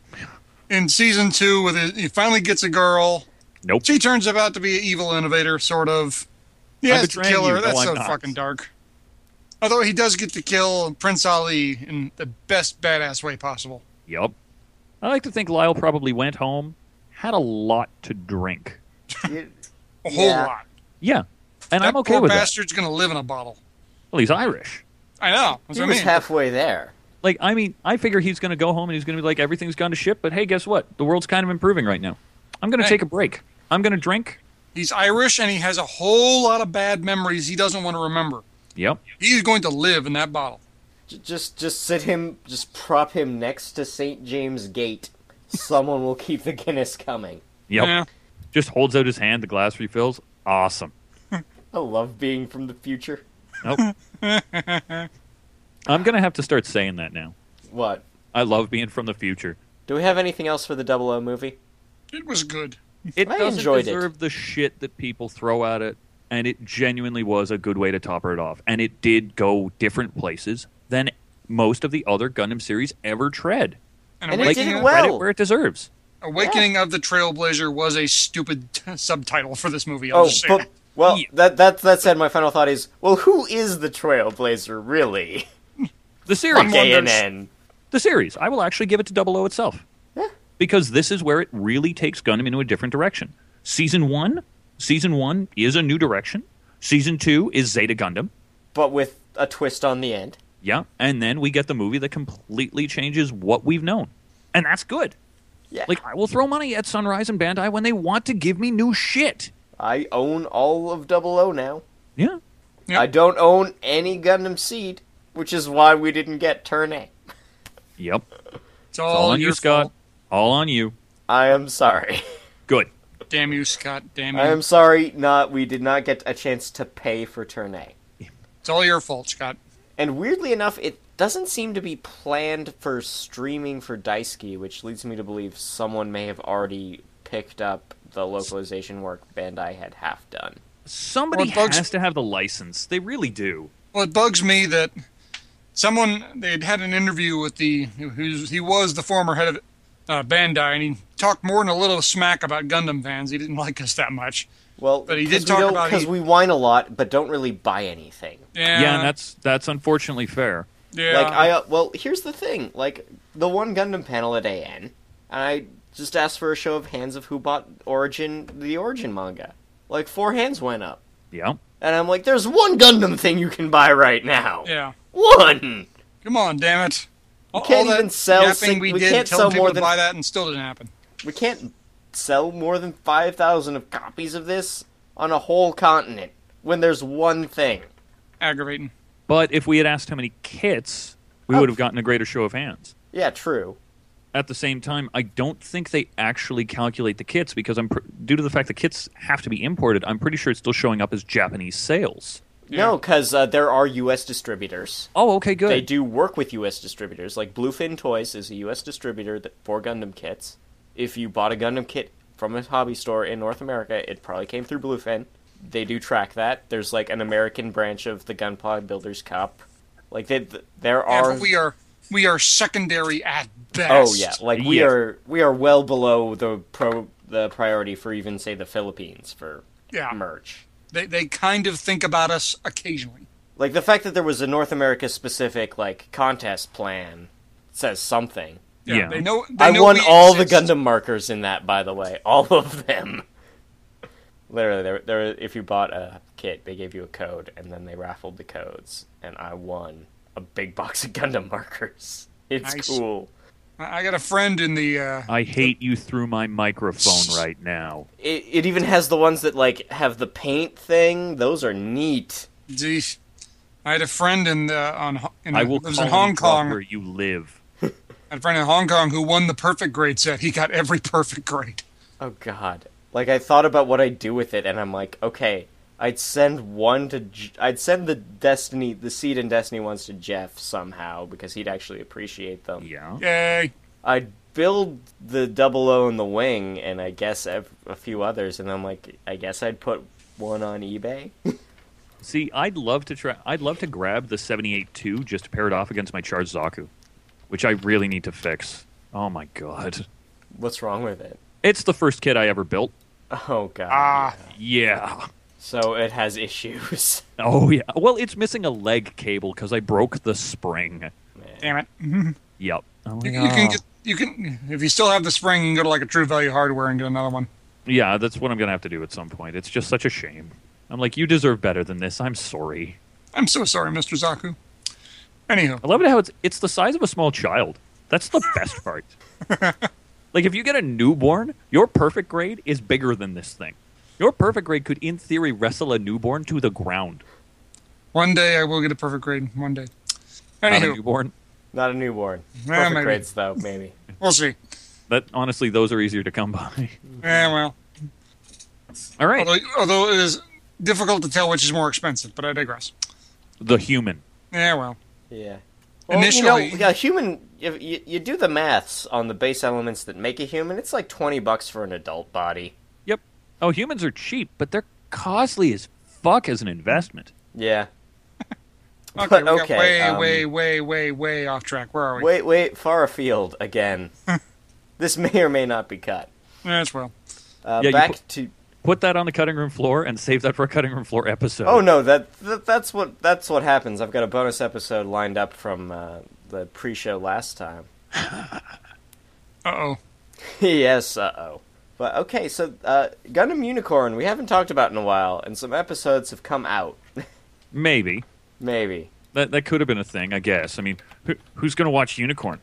in season two, with his, he finally gets a girl.
Nope.
She turns out to be an evil innovator, sort of. He
I'm
has to
betraying
kill her.
you. No,
That's
I'm
so
not.
fucking dark. Although he does get to kill Prince Ali in the best badass way possible.
Yup. I like to think Lyle probably went home, had a lot to drink.
A whole
Yeah.
lot.
Yeah, and
that
I'm okay
poor
with
bastard's gonna live in a bottle.
that. Well, he's Irish.
I know. That's
He
what I
was
mean.
halfway there.
Like, I mean, I figure he's going to go home and he's going to be like, everything's gone to shit. But hey, guess what? The world's kind of improving right now. I'm going to
Hey.
take a break. I'm going to drink.
He's Irish and he has a whole lot of bad memories he doesn't want to remember.
Yep.
He's going to live in that bottle.
J- just just sit him, just prop him next to St. James Gate. Someone will keep the Guinness coming.
Yep.
Yeah.
Just holds out his hand. The glass refills. Awesome.
I love being from the future.
Nope. I'm going to have to start saying that now.
What?
I love being from the future.
Do we have anything else for the Double O movie?
It was good.
It
I
doesn't
enjoyed it.
deserve the shit that people throw at it, and it genuinely was a good way to topper it off. And it did go different places than most of the other Gundam series ever tread.
And,
And it
Like
did
Awakening,
well.
credit where it deserves.
Awakening of the Trailblazer was a stupid subtitle for this movie. I'll
Oh,
just say
but
that.
well,
Yeah.
that that that said, my final thought is, well, who is the Trailblazer really?
The series.
wonders.
KNN.
the series. I will actually give it to Double O itself. Because this is where it really takes Gundam into a different direction. Season one, season one is a new direction. Season two is Zeta Gundam.
but with a twist on the end.
Yeah. And then we get the movie that completely changes what we've known. And that's good.
Yeah,
Like I will throw money at Sunrise and Bandai when they want to give me new shit.
I own all of Double O now.
Yeah.
Yep.
I don't own any Gundam Seed, which is why we didn't get Turn A.
Yep. It's
it's all,
all on
your
you, Scott.
fault.
All on you.
I am sorry.
Good.
Damn you, Scott. Damn you.
I am sorry. Not we did not get a chance to pay for Turn A.
It's all your fault, Scott.
And weirdly enough, it doesn't seem to be planned for streaming for Daisuke, which leads me to believe someone may have already picked up the localization work Bandai had half done.
Somebody
Well, Bugs-
has to have the license. They really do.
Well, it bugs me that someone they'd had an interview with the who's he was the former head of uh, Bandai, and he talked more than a little smack about Gundam fans. He didn't like us that much.
Well,
But he did talk about
because
he-
we whine a lot, but don't really buy anything.
Yeah,
yeah, and that's that's unfortunately fair.
yeah.
Like I uh, well, here's the thing. Like the one Gundam panel at AN, I just asked for a show of hands of who bought Origin the Origin manga. Like four hands went up.
Yeah.
And I'm like, there's one Gundam thing you can buy right now.
yeah.
One.
Come on, damn it! All,
can't
all that
even sell
yapping
sing-
we,
we
did
can't
telling
sell
people
more
to
than-
buy that, and still didn't happen.
We can't sell more than 5,000 of copies of this on a whole continent when there's one thing.
Aggravating.
But if we had asked how many kits, we
Oh.
would have gotten a greater show of hands.
Yeah, true.
At the same time, I don't think they actually calculate the kits because I'm pr- due to the fact the kits have to be imported. I'm pretty sure it's still showing up as Japanese sales.
No, because uh, there are U.S. distributors.
Oh, okay, good.
They do work with U.S. distributors. Like Bluefin Toys is a U.S. distributor that, for Gundam kits. If you bought a Gundam kit from a hobby store in North America, it probably came through Bluefin. They do track that. There's like an American branch of the Gunpla Builders Cup. Like they, th- there
Yeah,
are.
but we are we are secondary at best.
oh yeah, like we
Yeah.
are we are well below the pro the priority for even say the Philippines for
Yeah.
merch.
They they kind of think about us occasionally.
Like the fact that there was a North America specific like contest plan says something.
Yeah.
They know. They
I
know
won
we
all the
exist.
Gundam markers in that, by the way, all of them. Literally, there, there. If you bought a kit, they gave you a code, and then they raffled the codes, and I won a big box of Gundam markers. It's
Nice.
cool.
I I got a friend in the. Uh,
I hate you through my microphone right now.
It, it even has the ones that like have the paint thing. Those are neat.
Geez. I had a friend in the on Ho- in,
I will
lives
call
in Hong
you
Kong.
where you live.
I had a friend in Hong Kong who won the perfect grade set. He got every perfect grade.
Oh God! Like I thought about what I'd do with it, and I'm like, okay, I'd send one to, J- I'd send the Destiny, the Seed and Destiny ones to Jeff somehow because he'd actually appreciate them.
Yeah.
Yay!
I'd build the Double O and the Wing, and I guess ev- a few others, and I'm like, I guess I'd put one on eBay.
See, I'd love to try. I'd love to grab the 78-2 just to pair it off against my Charge Zaku, which I really need to fix. Oh my god,
What's wrong with it?
it's the first kit I ever built.
Oh God!
Ah,
Yeah.
So it has issues.
Oh yeah. Well, it's missing a leg cable because I broke the spring.
damn it!
Yep. I'm
You,
like,
you can
"Oh."
get, you can if you still have the spring, you can go to like a True Value Hardware and get another one.
yeah, that's what I'm gonna have to do at some point. It's just such a shame. I'm like, you deserve better than this. I'm sorry.
I'm so sorry, Mr. Zaku. Anywho,
I love it how it's it's the size of a small child. That's the best part. like if you get a newborn, your perfect grade is bigger than this thing. Your perfect grade could, in theory, wrestle a newborn to the ground.
one day I will get a perfect grade. One day.
Not a
Anywho,
newborn.
Not a newborn.
Yeah,
Perfect
maybe.
grades, though, maybe.
we'll see.
But honestly, those are easier to come by.
Yeah, well,
All right,
although, although it is difficult to tell which is more expensive, but I digress.
the human.
Yeah, well,
Yeah.
Initially-
you know, a human. If you, you do the maths on the base elements that make a human, it's like twenty bucks for an adult body.
Yep. Oh, humans are cheap, but they're costly as fuck as an investment.
Yeah.
okay,
But
we got
okay,
way,
um,
way, way, way, way off track. Where are we?
Wait, wait, far afield again. this may or may not be cut.
That's well.
Uh,
Yeah, you
back
pu-
to.
Put that on the cutting room floor and save that for a cutting room floor episode.
Oh no, that, that that's what that's what happens. I've got a bonus episode lined up from uh, the pre-show last time.
Uh oh.
yes, uh oh. But okay, so uh, Gundam Unicorn, we haven't talked about in a while, and some episodes have come out.
Maybe.
Maybe.
That, that could have been a thing, I guess. I mean, who, who's going to watch Unicorn?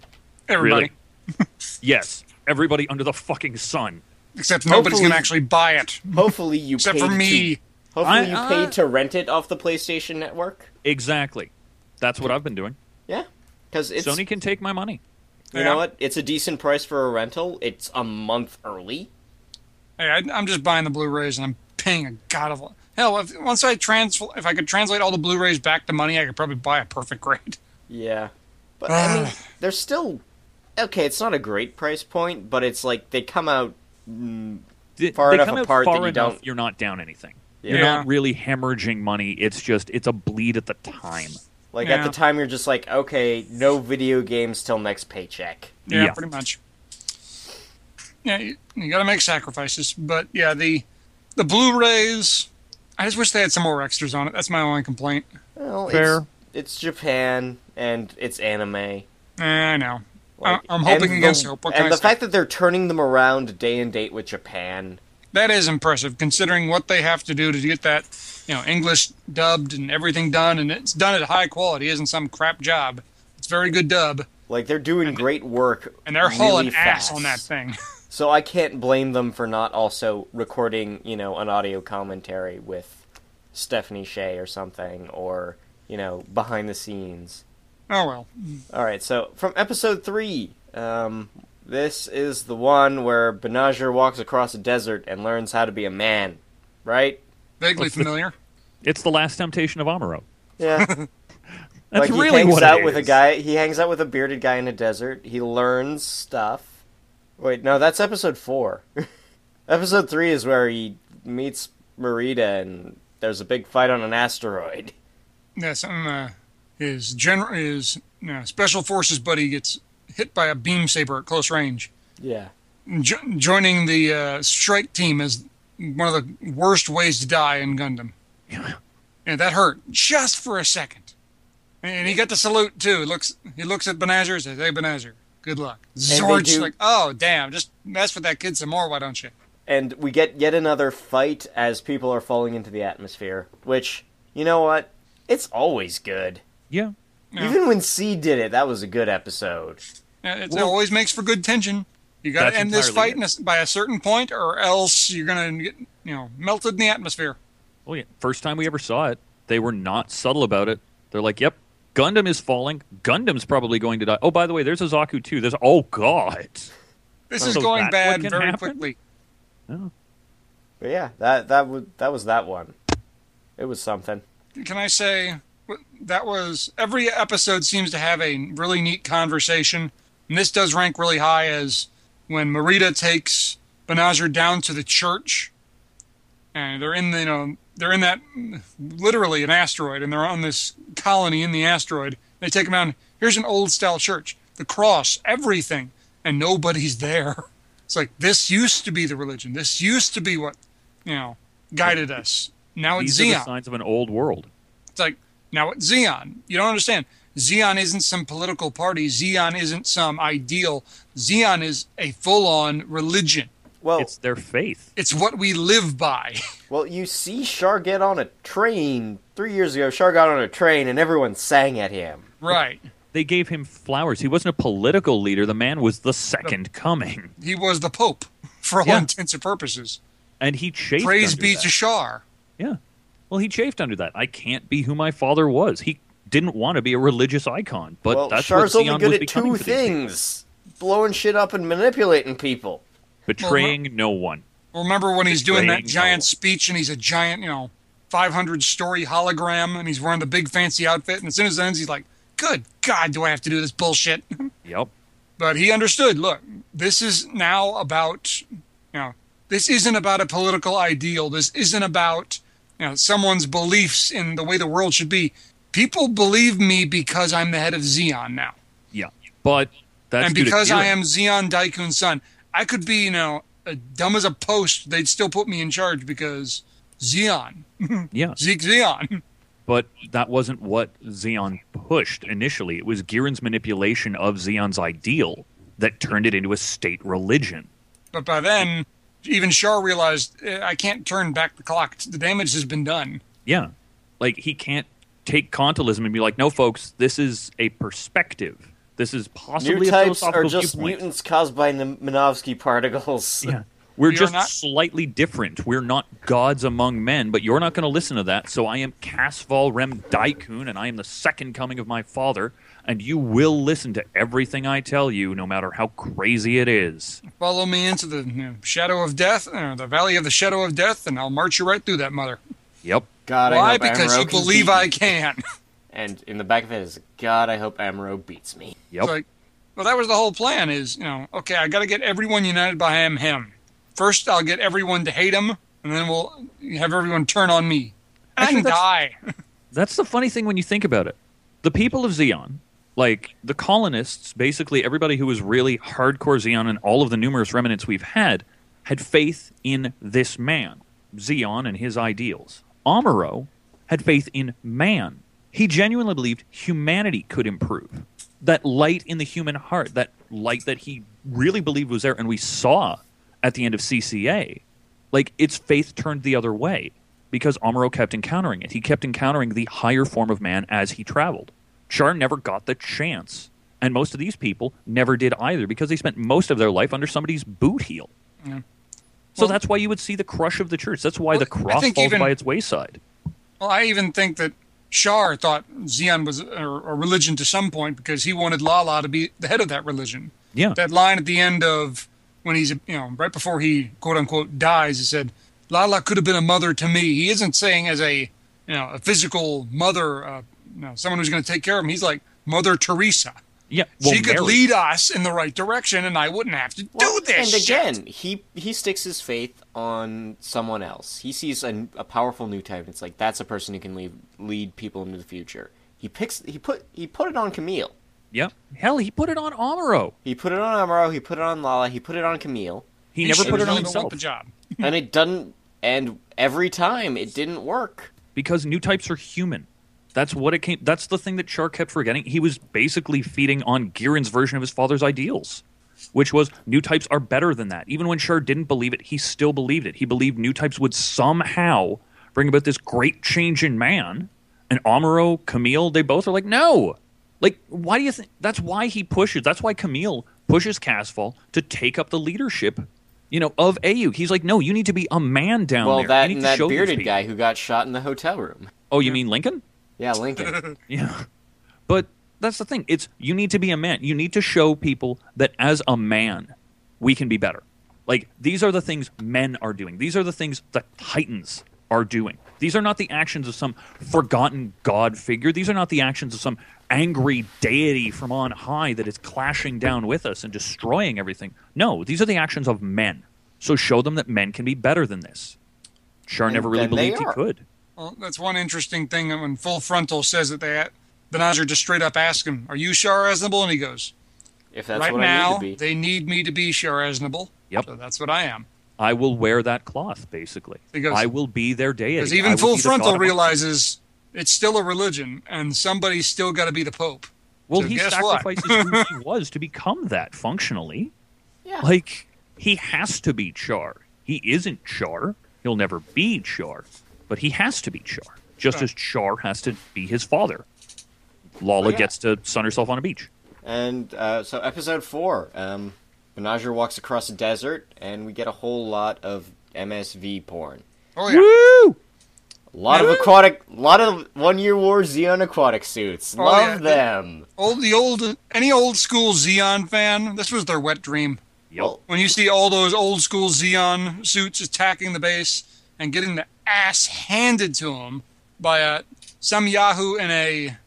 Everybody,
Really? yes. Everybody under the fucking sun.
except nobody's
Hopefully-
going to actually buy it,
Hopefully you
except
paid
for me.
To, hopefully
I-
you
I-
paid to rent it off the PlayStation Network.
Exactly. That's what I've been doing.
Yeah, because it's
Sony can take my money.
you
Yeah.
know what? It's a decent price for a rental. It's a month early.
Hey, I, I'm just buying the Blu-rays and I'm paying a god of hell. If, once I transfer, if I could translate all the Blu-rays back to money, I could probably buy a perfect grade.
Yeah, but I mean,
Ah.
they're still okay. It's not a great price point, but it's like they come out. Mm,
Th-
Far
they
enough
come out
apart that
far
you
enough,
don't-
You're not down anything.
Yeah.
You're not really hemorrhaging money. It's just it's a bleed at the time.
like at
Yeah.
the time, you're just like, okay, no video games till next paycheck.
Yeah,
Yeah.
pretty much. Yeah, you, you got to make sacrifices, but yeah, the the Blu-rays. I just wish they had some more extras on it. That's my only complaint.
Well,
Fair.
It's, it's Japan and it's anime.
Eh, I know.
Like,
I, am hoping
and
against
the,
hope. What
and
can I
the
say?
fact that they're turning them around day and date with Japan.
that is impressive, considering what they have to do to get that, you know, English dubbed and everything done, and it's done at high quality. It Isn't some crap job. It's very good dub,
Like they're doing great work,
and they're
really
hauling ass
fast.
on that thing.
So I can't blame them for not also recording, you know, an audio commentary with Stephanie Shea or something, or you know, behind the scenes.
Oh well.
All right, so from episode three, um, this is the one where Benajer walks across a desert and learns how to be a man, right?
Vaguely familiar.
It's the last temptation of Amuro.
Yeah.
That's
like
really
he hangs
what
out
it
with a
is.
guy. He hangs out with a bearded guy in a desert. He learns stuff. Wait, no, that's episode four. episode three is where he meets Marita, and there's a big fight on an asteroid.
Yes, um, uh, his general, his uh, special forces buddy gets hit by a beam saber at close range.
Yeah,
Jo- joining the uh, strike team is one of the worst ways to die in Gundam. Yeah, that hurt just for a second. And he got the salute too. He looks, he looks at Benazer and says, "Hey, Benazer, good luck."
they
Zorch
do-
like, "Oh, damn! Just mess with that kid some more, why don't you?"
and we get yet another fight as people are falling into the atmosphere. Which you know what? It's always good.
Yeah.
Yeah.
Even when C did it, that was a good episode.
Yeah, Uh, It
Well-
always makes for good tension. You got to
That's
end this
entirely
fight in a s by a certain point, or else you're gonna get, you know, melted in the atmosphere.
Oh yeah. First time we ever saw it, they were not subtle about it. They're like, "Yep, Gundam is falling. Gundam's probably going to die." Oh, by the way, there's a Zaku too. There's oh god.
This
So
is going
that's
bad
what can
very
happen?
quickly.
But yeah, that that was that was that one. It was something.
can I say w- that was every episode seems to have a really neat conversation, and this does rank really high as when Marita takes Benazer down to the church, and they're in the you know they're in that literally an asteroid, and they're on this colony in the asteroid. They take him down. Here's an old style church, the cross, everything, and nobody's there. It's like this used to be the religion. This used to be what you know guided us. Now it's
These
Xeon.
are the signs of an old world.
It's like now what Xeon. You don't understand. Xeon isn't some political party. Xeon isn't some ideal. Xeon is a full-on religion.
Well,
It's their faith.
It's what we live by.
Well, you see Char get on a train three years ago, Char got on a train and everyone sang at him.
Right.
They gave him flowers. He wasn't a political leader. The man was the second coming,
He was the Pope for all
Yeah.
intents and purposes.
and he chafed.
Praise
under
be
that.
to Shar.
Yeah. Well, he chafed under that. I can't be who my father was. He didn't want to be a religious icon, but
well,
that's
Char's
what
only
Zion
good
was
at
becoming
two
for these people.
things blowing shit up and manipulating people.
betraying no one.
Remember when he's doing that
Betraying
giant
Noah.
speech and he's a giant, you know, 500 story hologram and he's wearing the big fancy outfit. And as soon as it ends, he's like, good God, do I have to do this bullshit?
Yep.
but he understood look, this is now about, you know, this isn't about a political ideal. This isn't about, you know, someone's beliefs in the way the world should be. People believe me because I'm the head of Xeon now.
Yeah. But that's
and
due to
because I
tyranny.
am Xeon Daikun's son, I could be, you know, uh, dumb as a post. They'd still put me in charge because Xeon,
yeah.
Zeke Xeon.
But that wasn't what Xeon pushed initially. It was Giron's manipulation of Xeon's ideal that turned it into a state religion.
But by then, even Shar realized eh, I can't turn back the clock. The damage has been done.
Yeah. Like he can't take quantilism and be like, "No, folks, this is a perspective. This is possibly
New
a
types are
philosophical
just
viewpoint."
mutants caused by Nim- Minovsky particles.
Yeah. We're
We are
just
not-
slightly different. We're not gods among men, but you're not going to listen to that. So I am Casval Rem Daikun, and I am the second coming of my father, and you will listen to everything I tell you, no matter how crazy it is.
Follow me into the you know, shadow of death, uh, the valley of the shadow of death, and I'll march you right through that mother.
Yep.
God, I
Why?
hope
Because you
Amuro can
believe
beat
I
me.
can.
And in the back of it is, God, I hope Amuro beats me.
Yep.
It's like, well, that was the whole plan. Is you know, okay, I got to get everyone united by him. Him first, I'll get everyone to hate him, and then we'll have everyone turn on me.
Actually,
And I can
that's-
die.
That's the funny thing when you think about it. The people of Xeon, like the colonists, basically everybody who was really hardcore Xeon and all of the numerous remnants we've had, had faith in this man, Xeon and his ideals. Amuro had faith in man. He genuinely believed humanity could improve. That light in the human heart, that light that he really believed was there and we saw at the end of CCA like its faith turned the other way because Amuro kept encountering it. He kept encountering the higher form of man as he traveled. Char never got the chance, and most of these people never did either because they spent most of their life under somebody's boot heel. So
Well-
that's why you would see the crush of the church. That's why
Well,
the
I think
cross falls
even-
by its wayside.
Well, I even think that Shar thought Xeon was a, a religion to some point because he wanted Lala to be the head of that religion.
Yeah.
That line at the end of when he's, you know, right before he quote unquote dies, he said, Lala could have been a mother to me. He isn't saying as a, you know, a physical mother, uh, you know, someone who's going to take care of him. He's like Mother Teresa.
yeah. Well,
she could
Mary-
lead us in the right direction and I wouldn't have to
Well,
do this.
And
shit.
again, he he sticks his faith on someone else. He sees a, a powerful new type, and it's like that's a person who can lead lead people into the future. He picks he put he put it on Camille.
Yeah. Hell, he put it on Amuro.
He put it on Amaro. He put it on Lala. He put it on Camille,
He,
He
never
should
put it on
really don't want
himself
The job.
and it doesn't. And every time it didn't work.
because new types are human. That's what it came. That's the thing that Char kept forgetting. He was basically feeding on Girin's version of his father's ideals, which was new types are better than that. Even when Char didn't believe it, he still believed it. He believed new types would somehow bring about this great change in man. And Amuro, Camille, they both are like, no. Like, why do you think? That's why he pushes. That's why Camille pushes Casfall to take up the leadership. You know, of AU. He's like, no, you need to be a man down
Well,
there. You
that
need
and
to
that
show these
bearded
people."
guy Hmm. who got shot in the hotel room.
Oh, you mean Lincoln?
Yeah, Lincoln.
Yeah. But that's the thing. It's you need to be a man. You need to show people that as a man, we can be better. Like these are the things men are doing. These are the things the titans are doing. These are not the actions of some forgotten god figure. These are not the actions of some angry deity from on high that is clashing down with us and destroying everything. No, these are the actions of men. So show them that men can be better than this. Char
And
never really
then they
believed he
are.
could.
Well, that's one interesting thing when Full Frontal says that they, the Nazir just straight up asks him, "Are you Shar Aznable?" And he goes,
If that's
"Right
what I need
now,
to be.
they need me to be Shar Aznable.
Yep.
so that's what I am."
I will wear that cloth, basically.
Because-
I will be their deity.
Because
I
even
will
Full
be the god
Frontal
of-
realizes it's still a religion, and somebody's still got to be the Pope.
Well,
so
he
guess what?
sacrifices who he was to become that functionally.
Yeah.
Like, he has to be Char. He isn't Char. He'll never be Char, but he has to be Char. just as Char has to be his father.
Oh,
Lala
yeah.
gets to sun herself on a beach.
And uh, so, episode four, um, Menager walks across a desert, and we get a whole lot of MSV porn.
Oh yeah.
Woo!
A lot of aquatic, lot of one-year war Xeon aquatic suits.
Oh,
Love
yeah.
them.
Old the old any old school Xeon fan, this was their wet dream.
Yep.
Well,
When you see all those old school Xeon suits attacking the base and getting the ass handed to them by a, some Yahoo in a,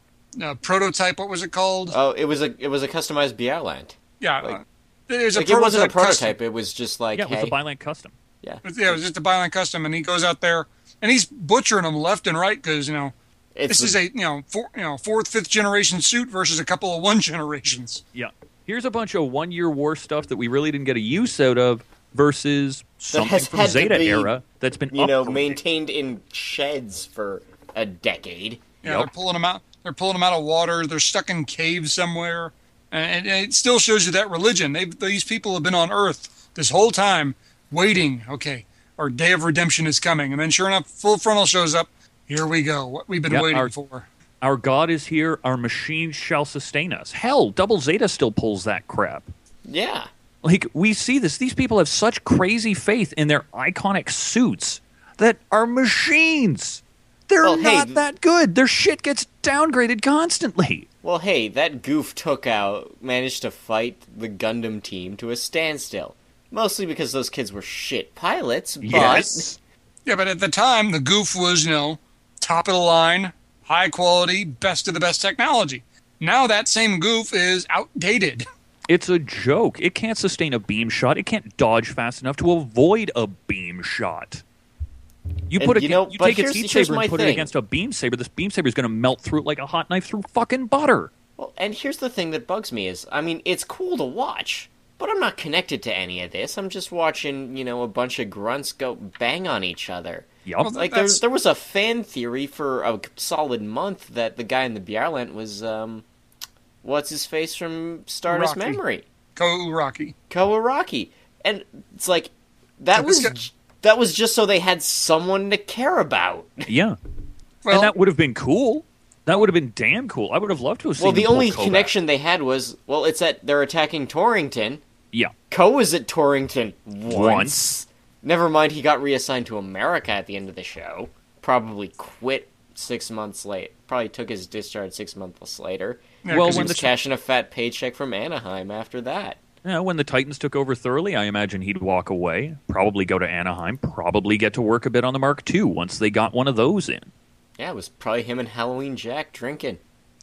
uh prototype. What was it called?
Oh, it was a it was a customized Bialand.
yeah,
like-
uh, it was a
Like it wasn't a
custom.
prototype. It was just like
yeah, with
hey,
the Byland custom.
yeah,
But yeah, it was just a byline custom, and he goes out there and he's butchering them left and right because you know
it's
this is a you know four, you know fourth fifth generation suit versus a couple of one generations.
Yeah. Here's a bunch of one year war stuff that we really didn't get a use out of versus something
has
from
had to
Zeta
be,
era that's been
you know
upgraded.
maintained in sheds for a decade.
Yeah,
Yep.
they're pulling them out. They're pulling them out of water. They're stuck in caves somewhere, and, and it still shows you that religion. They these people have been on Earth this whole time, waiting. Okay, our day of redemption is coming, and then sure enough, full frontal shows up. Here we go. What we've been
Yeah,
waiting
our-
for.
Our God is here. Our machine shall sustain us. Hell, Double Zeta still pulls that crap.
Yeah,
Like, we see this. These people have such crazy faith in their iconic suits that are machines. They're
Well, hey,
not
th-
that good. Their shit gets downgraded constantly.
Well, hey, that goof took out, managed to fight the Gundam team to a standstill. Mostly because those kids were shit pilots, but.
Yes.
Yeah, but at the time, the goof was you know top of the line, high quality, best of the best technology. Now that same goof is outdated.
It's a joke. It can't sustain a beam shot. It can't dodge fast enough to avoid a beam shot. You
And
put a
you know,
you
but
take its
here's-
heat
here's
saber
my
and put it
thing.
against a beam saber. This beam saber is going to melt through it like a hot knife through fucking butter.
Well, and here's the thing that bugs me is, I mean, it's cool to watch, but I'm not connected to any of this. I'm just watching, you know, a bunch of grunts go bang on each other.
Yup.
Well,
Like, there,
That's-
there was a fan theory for a solid month that the guy in the Bjarland was, um, what's his face from Stardust
Rocky.
Memory?
Go Rocky.
Kawaraki. And it's like that
this
was
guy-
that was just so they had someone to care about.
yeah,
Well,
and that would have been cool. That would have been damn cool. I would have loved to have seen.
well, the
them pull
only
Kovac.
connection they had was well, it's that they're attacking Torrington.
Yeah,
Ko was at Torrington once.
Once.
Never mind, he got reassigned to America at the end of the show. Probably quit six months late. Probably took his discharge six months later.
yeah,
well,
'Cause
because
he
when
was
the-
cashing a fat paycheck from Anaheim after that.
Yeah, when the Titans took over thoroughly, I imagine he'd walk away, probably go to Anaheim, probably get to work a bit on the Mark II once they got one of those in.
Yeah, it was probably him and Halloween Jack drinking.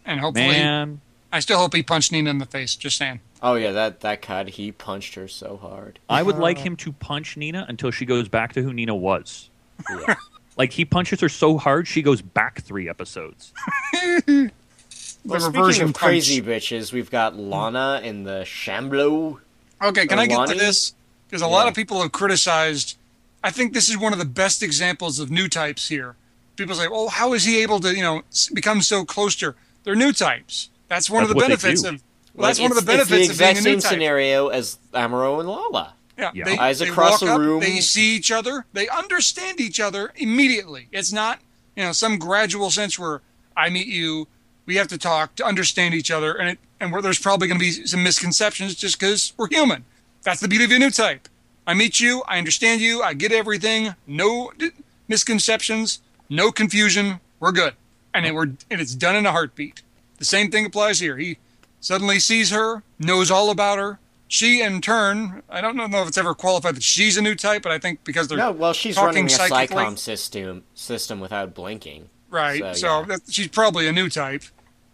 and hopefully
Man,
I still hope he punched Nina in the face. Just saying.
Oh yeah, that that cut. He punched her so hard.
I would like him to punch Nina until she goes back to who Nina was.
Yeah.
Like he punches her so hard she goes back three episodes.
Well,
The
speaking
reversion
of crazy bitches, we've got Lana in the Shamblo.
Okay, can I get to
Lonnie?
this? Because a lot of people have criticized. I think this is one of the best examples of new types here. People say, "Oh, how is he able to, you know, s- become so close to?" Her? They're new types. That's one of
That's
the
what they
benefits
do.
of. Well, that's
Like,
one of the
it's- it's
benefits
the exact
of being a
same
new type.
scenario as Amuro and Lala.
Yeah,
Yeah.
They,
Eyes
they
across
walk
the
up,
room.
They see each other. They understand each other immediately. It's not, you know, some gradual sense where I meet you, we have to talk to understand each other, and it, and where there's probably going to be some misconceptions just because we're human. That's the beauty of a new type. I meet you, I understand you, I get everything. No d- misconceptions, no confusion. We're good, and it, we're and it's done in a heartbeat. The same thing applies here. He suddenly sees her, knows all about her. She, in turn, I don't know if it's ever qualified that she's a new type, but I think because they're
No, well, she's
talking
running a
psychically,
Psycom system system without blinking.
right? So,
So, yeah.
that, she's probably a new type.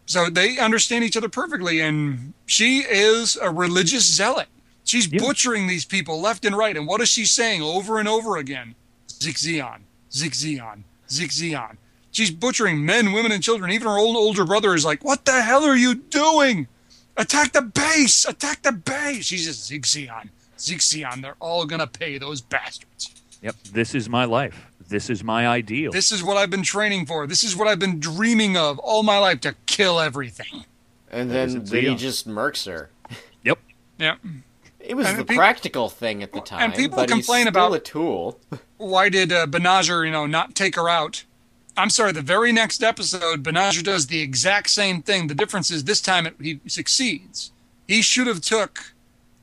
So they understand each other perfectly, and she is a religious zealot. She's
Yeah.
butchering these people left and right, and what is she saying over and over again? Zig Zion, Zig Zion, Zig Zion. She's butchering men, women, and children. Even her own older brother is like, "What the hell are you doing?" Attack the base! Attack the base! She's just Zigxion. Zigxion, they're all gonna pay those bastards.
Yep, this is my life. This is my ideal.
This is what I've been training for. This is what I've been dreaming of all my life to kill everything.
And
isn't
then, then he
Leon.
just murks her.
yep.
Yeah.
It was
And
the
peop-
practical thing at the time,
people
but
complain
he's
about-
still a tool.
Why did uh, Benager, you know, not take her out? I'm sorry, the very next episode, Benager does the exact same thing. The difference is this time it, he succeeds. He should have took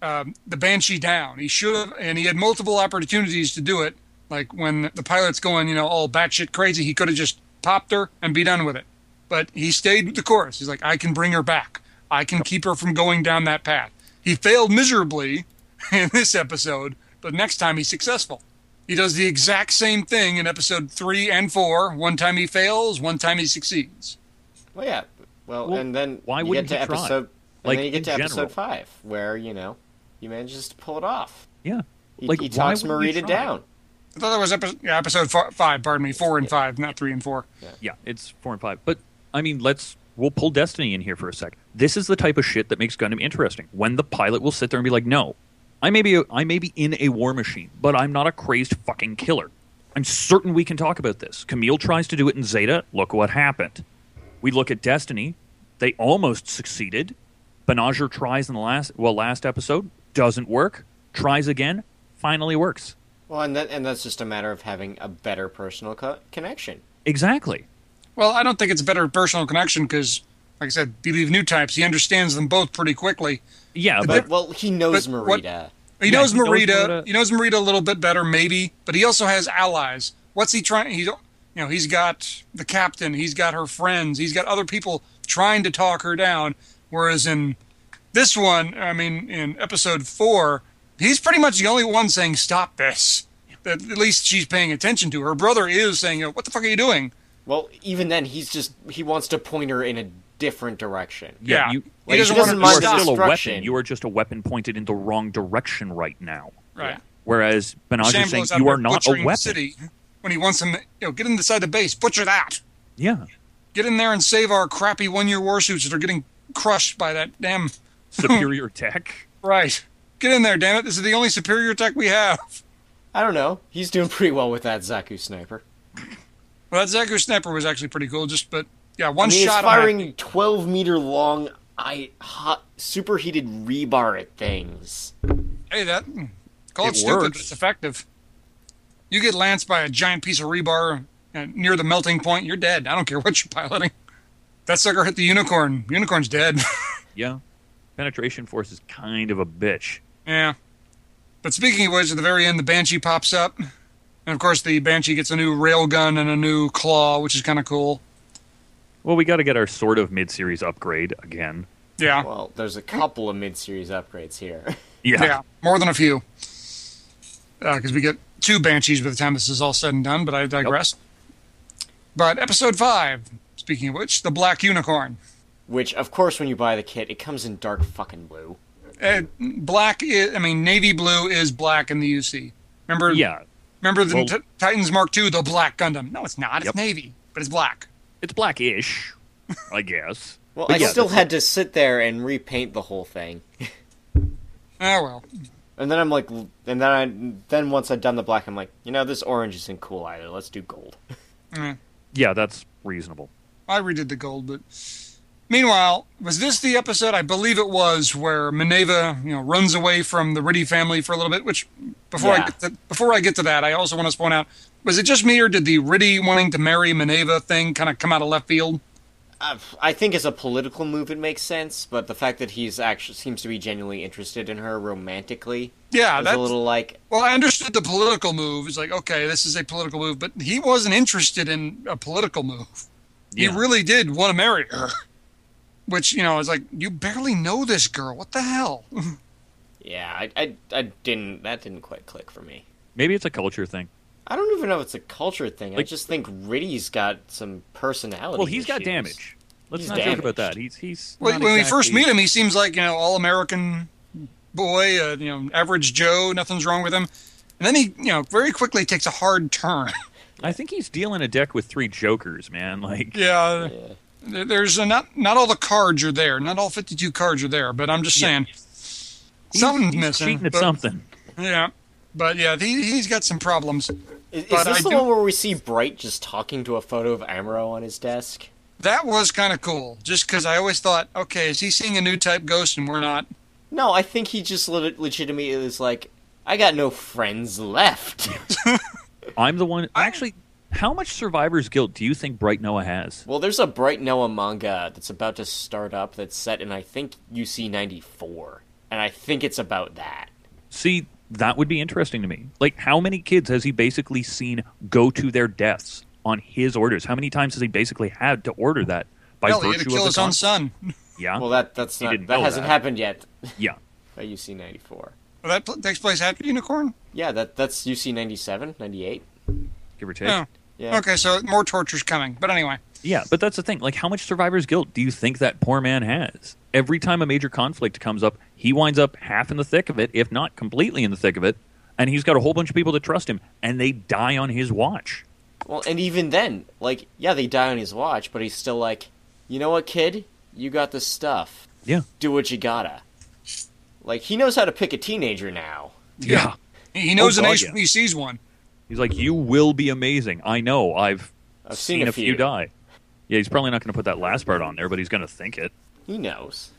um, the Banshee down. He should have, and he had multiple opportunities to do it. Like when the pilot's going, you know, all batshit crazy, he could have just popped her and be done with it. But he stayed with the course. He's like, I can bring her back. I can keep her from going down that path. He failed miserably in this episode, but next time he's successful. He does the exact same thing in episode three and four. One time he fails, one time he succeeds.
Well, yeah. Well,
Well,
and then
why
you get
wouldn't
to
he try?
episode, and
Like,
then you
in
get to
general.
episode five, where you know he manages to pull it off.
Yeah.
He,
Like,
he
why
talks
wouldn't you
Marita
try?
down.
I thought that was episode, yeah, episode fi- five, pardon me, four and five, not three and four.
Yeah, it's four and five. But I mean, let's we'll pull Destiny in here for a sec. This is the type of shit that makes Gundam interesting. When the pilot will sit there and be like, "No, I may be I may be in a war machine, but I'm not a crazed fucking killer. I'm certain we can talk about this." Camille tries to do it in Zeta. Look what happened. We look at Destiny. They almost succeeded. Benager tries in the last well last episode doesn't work. Tries again, finally works.
Well, and that, and that's just a matter of having a better personal co- connection.
Exactly.
Well, I don't think it's a better personal connection because, like I said, Believe New Types, he understands them both pretty quickly.
Yeah, but
But well, he knows
but what-
Marita.
He
Yeah,
knows
he knows
Marita.
Marita.
He knows Marita a little bit better, maybe, but he also has allies. What's he trying? He, don't- you know, he's got the captain. He's got her friends. He's got other people trying to talk her down. Whereas in this one, I mean, in episode four, he's pretty much the only one saying "Stop this." That at least she's paying attention to. Her brother is saying, you know, "What the fuck are you doing?"
Well, even then, he's just he wants to point her in a different direction.
Yeah,
Yeah.
you,
He
you are-
doesn't want
you
to
are
stop
still a
destruction.
weapon. You are just a weapon pointed in the wrong direction right now.
Right.
Whereas Benaj is saying
Shambo's out
you
there
are not a
butchering the
weapon.
City when he wants him, you know, get inside the base, butcher that.
Yeah.
get in there and save our crappy one-year warsuits that are getting crushed by that damn
Superior tech.
right. Get in there, damn it! This is the only superior tech we have.
I don't know. He's doing pretty well with that Zaku sniper.
Well, that Zaku sniper was actually pretty cool. Just but yeah, one
I mean,
shot.
it's firing twelve meter long, I hot superheated rebar at things.
On it. Hey, that hmm. call it,
It
stupid,
works.
but it's effective. You get lanced by a giant piece of rebar uh, near the melting point, you're dead. I don't care what you're piloting. That sucker hit the unicorn. Unicorn's dead.
Yeah. Penetration force is kind of a bitch.
Yeah. But speaking of which, at the very end, the Banshee pops up. And of course, the Banshee gets a new railgun and a new claw, which is kind of cool.
Well, we got to get our sort of mid-series upgrade again.
Yeah.
Well, there's a couple of mid series upgrades here.
Yeah.
Yeah. More than a few. Because we get two Banshees by the time this is all said and done, but I digress. But episode five, speaking of which, the Black Unicorn.
Which, of course, when you buy the kit, it comes in dark fucking blue.
Uh, black, i I mean, navy blue is black in the UC. Remember?
Yeah.
Remember the
Well-
Ti- Titans Mark II, the black Gundam? No, it's not. It's
Yep.
navy, but it's black.
It's blackish, I guess.
Well,
But
I
yeah,
still
that's-
had to sit there and repaint the whole thing.
Oh well.
And then I'm like, and then I, then once I'd done the black, I'm like, you know, this orange isn't cool either. Let's do gold.
Yeah, that's reasonable.
I redid the gold, but meanwhile, was this the episode? I believe it was where Minerva, you know, runs away from the Riddy family for a little bit. Which before I
Yeah.
get to, before I get to that, I also want to point out: was it just me or did the Riddy wanting to marry Minerva thing kind of come out of left field?
I, Uh, I think as a political move, it makes sense, but the fact that he's actually seems to be genuinely interested in her romantically
Uh,
Yeah,
is
that's
a little like,
well. I understood the political move. It's like okay, this is a political move, but he wasn't interested in a political move.
Yeah.
He really did want to marry her. Which you know, it's like you barely know this girl. What the hell?
yeah, I, I, I didn't, that didn't quite click for me.
Maybe it's a culture thing.
I don't even know if it's a culture thing. I
Like-
just think Riddy's got some personality.
Well, he's got
issues.
damage. Let's
He's
not
damaged.
joke about that. He's he's
Well,
not
when we
exactly-
first meet him, he seems like you know all American boy, uh, you know average Joe. Nothing's wrong with him. And then he, you know, very quickly takes a hard turn.
I think he's dealing a deck with three jokers, man. Like
yeah,
Yeah.
there- there's a, not not all the cards are there. Not all 52 cards are there. But I'm just saying, something's
he's
missing.
cheating at
but-
something.
Yeah, but yeah, he, he's got some problems.
Is, is
But
this
I
the
do-
one where we see Bright just talking to a photo of Amuro on his desk?
That was kind of cool, just because I always thought, okay, is he seeing a new type ghost and we're not?
No, I think he just lit legitimately is like, I got no friends left.
I'm the one. Actually, How much Survivor's Guilt do you think Bright Noah has?
Well, there's a Bright Noah manga that's about to start up that's set in, I think, UC 94. And I think it's about that.
See, that would be interesting to me. Like, how many kids has he basically seen go to their deaths on his orders? How many times has he basically had to order that by
Hell, he
virtue
had to
of
kill
the
his own
con-
son. Well,
Yeah,
Well, that that's not,
didn't
that
know
hasn't
that.
happened yet
yeah.
by UC 94.
that pl- takes place after Unicorn.
Yeah, that that's UC 97, 98.
Give or take.
Yeah.
Yeah.
Yeah.
Oh, Okay, so more torture's coming. But anyway,
but that's the thing. Like, how much Survivor's Guilt do you think that poor man has? Every time a major conflict comes up, he winds up half in the thick of it, if not completely in the thick of it, and he's got a whole bunch of people that trust him, and they die on his watch.
Well, and even then, like, yeah, they die on his watch, but he's still like, you know what, kid? You got the stuff.
Yeah.
Do what you gotta. Like, he knows how to pick a teenager now.
Yeah.
he he knows
Oh,
an
God,
ace
yeah.
when he sees one.
He's like, you will be amazing. I know. I've,
I've
seen,
seen
a
a
few.
few."
die. Yeah, he's probably not going to put that last part on there, but he's going to think it.
He knows.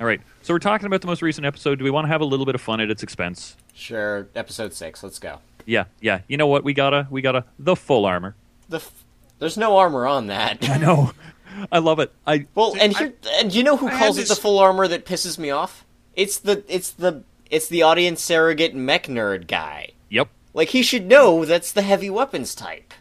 All right. So we're talking about the most recent episode. Do we want to have a little bit of fun at its expense?
Sure, episode six. Let's go.
Yeah, yeah. You know what? We gotta, we gotta the full armor.
The f- there's no armor on that.
No, I love it. I
well, and
I-
here, and you know who
I had
calls it
this-
the full armor that pisses me off? It's the it's the it's the audience surrogate mech nerd guy.
yep.
Like he should know that's the heavy weapons type.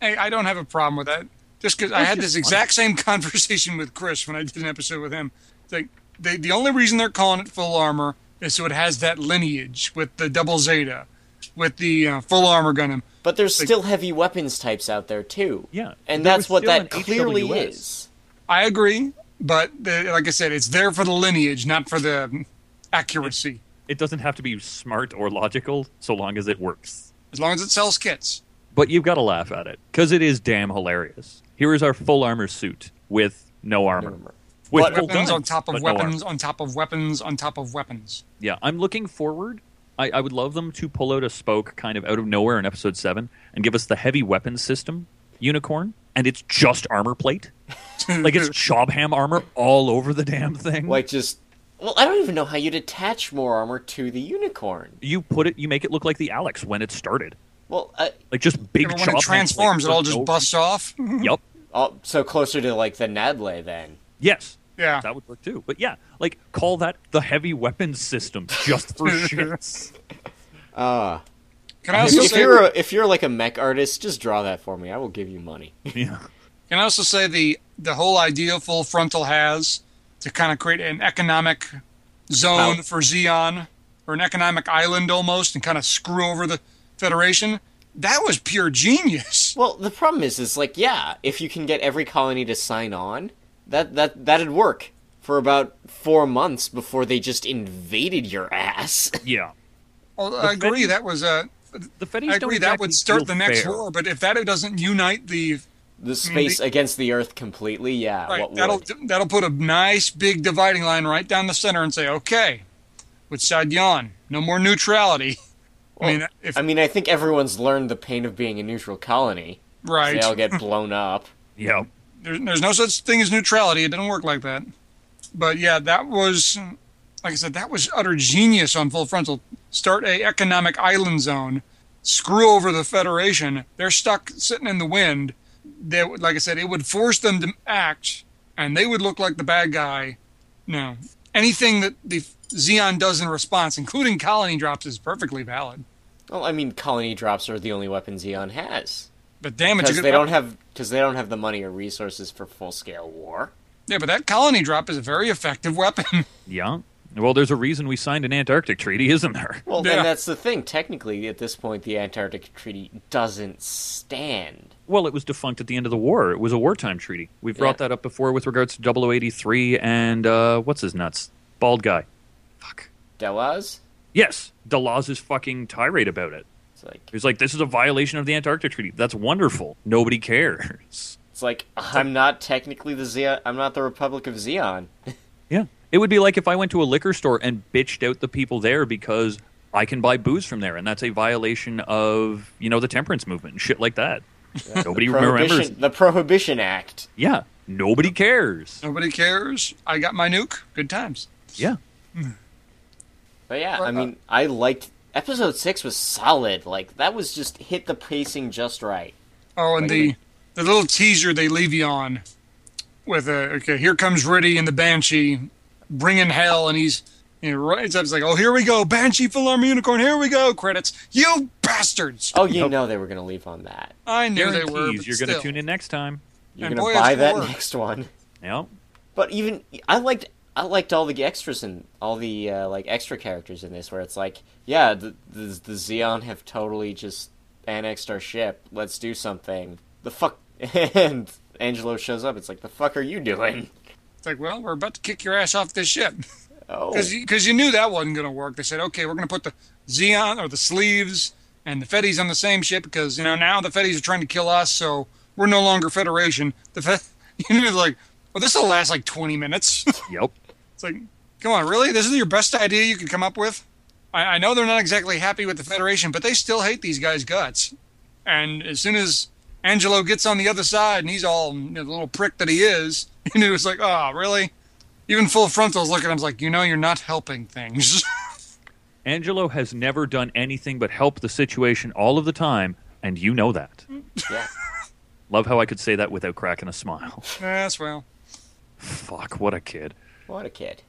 Hey, I don't have a problem with that. Just because I
That's
had
just
this exact same conversation with Chris when I did an episode with him. It's like they, the only reason they're calling it full armor is so it has that lineage with the double Zeta, with the uh, full armor Gundam.
But there's still heavy weapons types out there too.
Yeah,
and
there
that's
was
what
still
that
an
clearly
HWS.
is.
I agree, but the, like I said, it's there for the lineage, not for the accuracy.
It doesn't have to be smart or logical, so long as it works.
As long as it sells kits.
But you've got to laugh at it because it is damn hilarious. Here is our full armor suit with no armor,
armor.
with
But
full
Weapons on
guns,
top of
but no armor.
weapons, on top of weapons, on top of weapons.
yeah, I'm looking forward. I, I would love them to pull out a spoke kind of out of nowhere in episode seven and give us the heavy weapons system unicorn, and it's just armor plate, like it's Chobham armor all over the damn thing.
Like just well, I don't even know how you'd attach more armor to the unicorn.
you put it, you make it look like the Alex when it started,
Well, uh,
like just big.
Remember
Chobham,
when it
like,
transforms, it all just
over-
busts off.
Yep.
oh, so closer to like the Nadle then.
Yes.
Yeah.
That would work too. But yeah, like call that the heavy weapons system just for shits.
Can I also
If
say
you're a, if you're like a mech artist, just draw that for me. I will give you money.
Yeah.
Can I also say the the whole idea full frontal has to kind of create an economic zone
Out.
for Xeon or an economic island almost and kind of screw over the Federation. That was pure genius.
Well, the problem is, is like, yeah, if you can get every colony to sign on, that that that'd work for about four months before they just invaded your ass.
Yeah.
Well, I
The
agree
Fed-
that was a.
The Fetties
I
don't
agree that
exactly
would start
feel
the next
fair.
war, but if that doesn't unite the
the space against the Earth completely, yeah.
Mm-hmm. right,
what
that'll
would?
that'll put a nice big dividing line right down the center and say, okay, which side you on? No more neutrality. I mean, if
I mean, I think everyone's learned the pain of being a neutral colony.
right,
They all get blown up.
Yeah.
there's, there's no such thing as neutrality. It doesn't work like that. But yeah, that was, like I said, that was utter genius on Full Frontal. Start a economic island zone, screw over the Federation. They're stuck sitting in the wind. They, would- like I said, it would force them to act, and they would look like the bad guy. No, anything that the Xeon does in response, including colony drops, is perfectly valid.
Well, I mean, colony drops are the only weapon Xeon has
But damn it, you
because
could-
they don't have because they don't have the money or resources for full scale war.
yeah, but that colony drop is a very effective weapon.
Yeah. Well, there's a reason we signed an Antarctic treaty, isn't there?
Well,
Yeah.
and that's the thing. Technically, at this point, the Antarctic Treaty doesn't stand.
Well, it was defunct at the end of the war. It was a wartime treaty. We've brought
Yeah.
that up before with regards to 0083 and uh, what's his nuts? Bald guy. Fuck.
Delaz?
Yes. Delaz's fucking tirade about it.
It's like,
He's like, this is a violation of the Antarctic Treaty. That's wonderful. Nobody cares.
it's like I'm not technically the Zeon. I'm not the Republic of Zeon.
Yeah. It would be like if I went to a liquor store and bitched out the people there because I can buy booze from there, and that's a violation of, you know, the temperance movement and shit like that. Nobody remembers.
Prohibition, the Prohibition Act.
Yeah. Nobody cares.
Nobody cares. I got my nuke. Good times.
Yeah.
But yeah,
Well,
I
uh,
mean, I liked episode six was solid. Like that was just hit the pacing just right.
Oh, and
Wait a
the the little teaser they leave you on with a okay, here comes Riddy and the Banshee bringing hell, and he's you know, right up. It's like, oh, here we go, Banshee, full armor unicorn, here we go, credits. You bastards!
Oh, you know they were gonna leave on that.
I knew
Guarantees
they were. But
you're
still.
going to tune in next time.
You're
And
gonna
boy,
buy
it's
that
work.
next one.
Yep.
But even I liked I liked all the extras and all the uh, like extra characters in this, where it's like, yeah, the, the the Xeon have totally just annexed our ship. Let's do something. The fuck and Angelo shows up. It's like, the fuck are you doing?
It's like, well, we're about to kick your ass off this ship
Oh,
because because you, knew that wasn't going to work. They said, okay, we're going to put the Xeon or the sleeves and the Fetties on the same ship because you know now the Fetties are trying to kill us, so we're no longer Federation. The Fet- you know, like, well, this will last like 20 minutes.
Yep.
It's like, come on, really? This is your best idea you could come up with? I, I know they're not exactly happy with the Federation, but they still hate these guys' guts. And as soon as Angelo gets on the other side and he's all you know, the little prick that he is, and it was like, oh, really? Even Full Frontal's looking at him like, you know, you're not helping things.
Angelo has never done anything but help the situation all of the time, and you know that.
yeah.
Love how I could say that without cracking a smile.
yes, well.
Fuck, what a kid.
What a kid.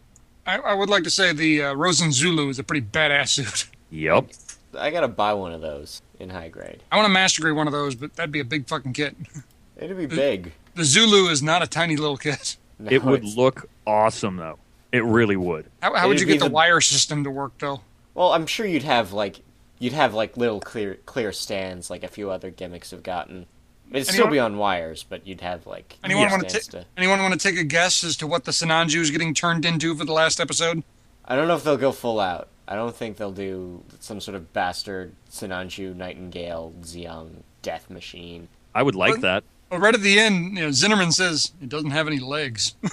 I, I would like to say the uh, Rosen Zulu is a pretty badass suit.
Yep.
I gotta buy one of those in high grade.
I want to master grade one of those, but that'd be a big fucking kit.
It'd
Mm.
be big.
The Zulu is not a tiny little kit.
No,
It would
it's-
look awesome, though. It really would.
How, how would
It'd
you
be
get the
the-
wire system to work, though?
Well, I'm sure you'd have like you'd have like little clear clear stands, like a few other gimmicks have gotten. It'd still
Anyone-
be on wires, but you'd have like
Anyone
clear
want to
stands
ta- anyone want to take a guess as to what the Sinanju is getting turned into for the last episode?
I don't know if they'll go full out. I don't think they'll do some sort of bastard Sinanju Nightingale Xiong death machine.
I would like
Well-
that.
Well, right at the end, you know, Zinnerman says it doesn't have any legs.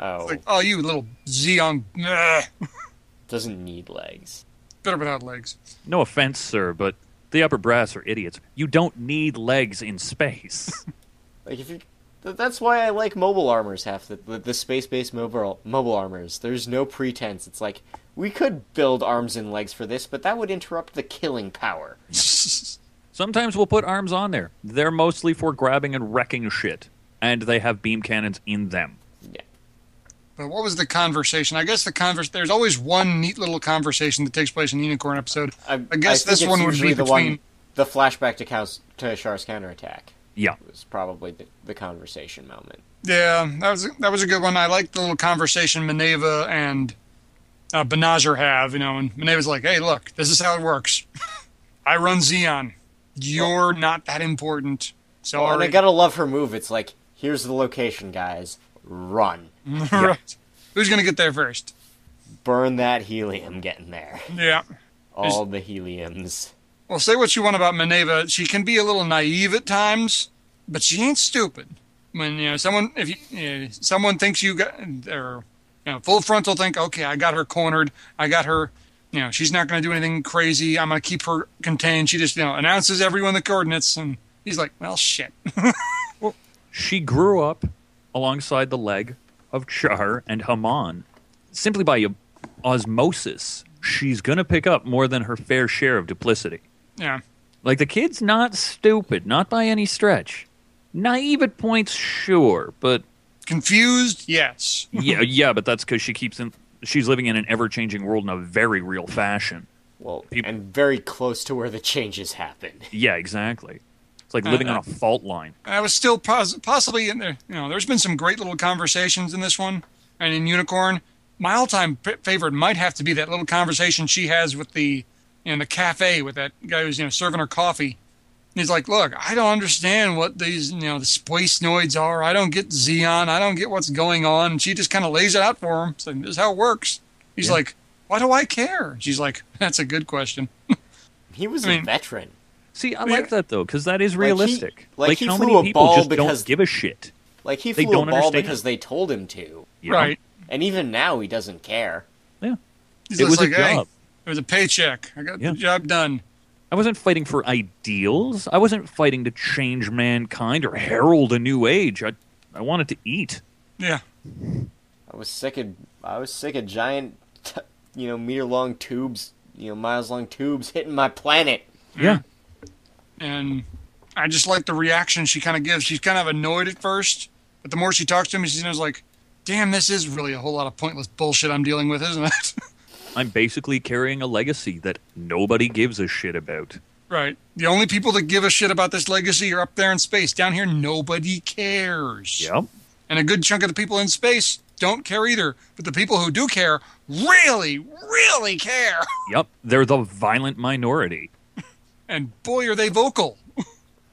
Oh,
like, oh, you little Zeon, Ugh.
doesn't need legs.
better without legs.
No offense, sir, but the upper brass are idiots. You don't need legs in space.
Like if you, th- that's why I like mobile armors half the the, the space based mobile mobile armors. There's no pretense. It's like we could build arms and legs for this, but that would interrupt the killing power.
Sometimes we'll put arms on there. They're mostly for grabbing and wrecking shit, and they have beam cannons in them.
Yeah.
but what was the conversation? I guess the converse. There's always one neat little conversation that takes place in the Unicorn episode. I, guess
think
this
it's
one would
usually
be
the
between.
one, the flashback to, Kaus, to Shar's counterattack
Yeah.
was probably the, the conversation moment.
Yeah, that was that was a good one. I liked the little conversation Maneva and uh, Benazer have, you know, and Maneva's like, "Hey, look, this is how it works. I run Xeon. You're not that important. So
And I gotta love her move. It's like, here's the location, guys. Run.
right. Who's gonna get there first?
Burn that helium getting there.
Yeah.
All the heliums.
Well, say what you want about Maneva. She can be a little naive at times, but she ain't stupid. When you know someone, if you, you know, someone thinks you got, or you know, full frontal think, okay, I got her cornered. I got her. You know, she's not going to do anything crazy. I'm going to keep her contained. She just you know announces everyone the coordinates, and he's like, well, shit.
She grew up alongside the leg of Char and Haman. Simply by osmosis, she's going to pick up more than her fair share of duplicity.
yeah.
Like the kid's not stupid, not by any stretch. Naive at points, sure, but
Confused? Yes.
yeah, yeah, but that's because she keeps in. She's living in an ever-changing world in a very real fashion.
Well,
Peop-
and very close to where the changes happen.
Yeah, exactly. It's like
Uh,
living on a fault line.
I was still pos- possibly in there. You know, there's been some great little conversations in this one and in Unicorn. My all-time p- favorite might have to be that little conversation she has with the in the cafe with that guy who's you know serving her coffee. And he's like, "Look, I don't understand what these you know the space noids are. I don't get Xeon. I don't get what's going on." And she just kind of lays it out for him. It's like, "This is how it works." He's like, "Why do I care?" She's like, "That's a good question."
He was
I mean-
a veteran.
See, I like that though because that is
he-
realistic.
like, he
how
flew
many
a
people
ball
just
because-
don't give a shit.
Like, he
They
flew a
don't
ball
understand.
because they told him to.
you know?
Right?
And even now, he doesn't care.
Yeah.
He's
It
just
was a
like, "Hey,
job.
it was a paycheck. I got
Yeah.
the job done."
I wasn't fighting for ideals. I wasn't fighting to change mankind or herald a new age. I, I wanted to eat.
Yeah.
I was sick of I was sick of giant, t- you know, meter long tubes, you know, miles long tubes hitting my planet.
Yeah.
and I just like the reaction she kind of gives. She's kind of annoyed at first, but the more she talks to him, she's you know, is like, damn, this is really a whole lot of pointless bullshit I'm dealing with, isn't it?
I'm basically carrying a legacy that nobody gives a shit about.
right. The only people that give a shit about this legacy are up there in space. Down here, nobody cares.
Yep.
And a good chunk of the people in space don't care either. But the people who do care really, really care.
Yep. They're the violent minority.
And boy, are they vocal.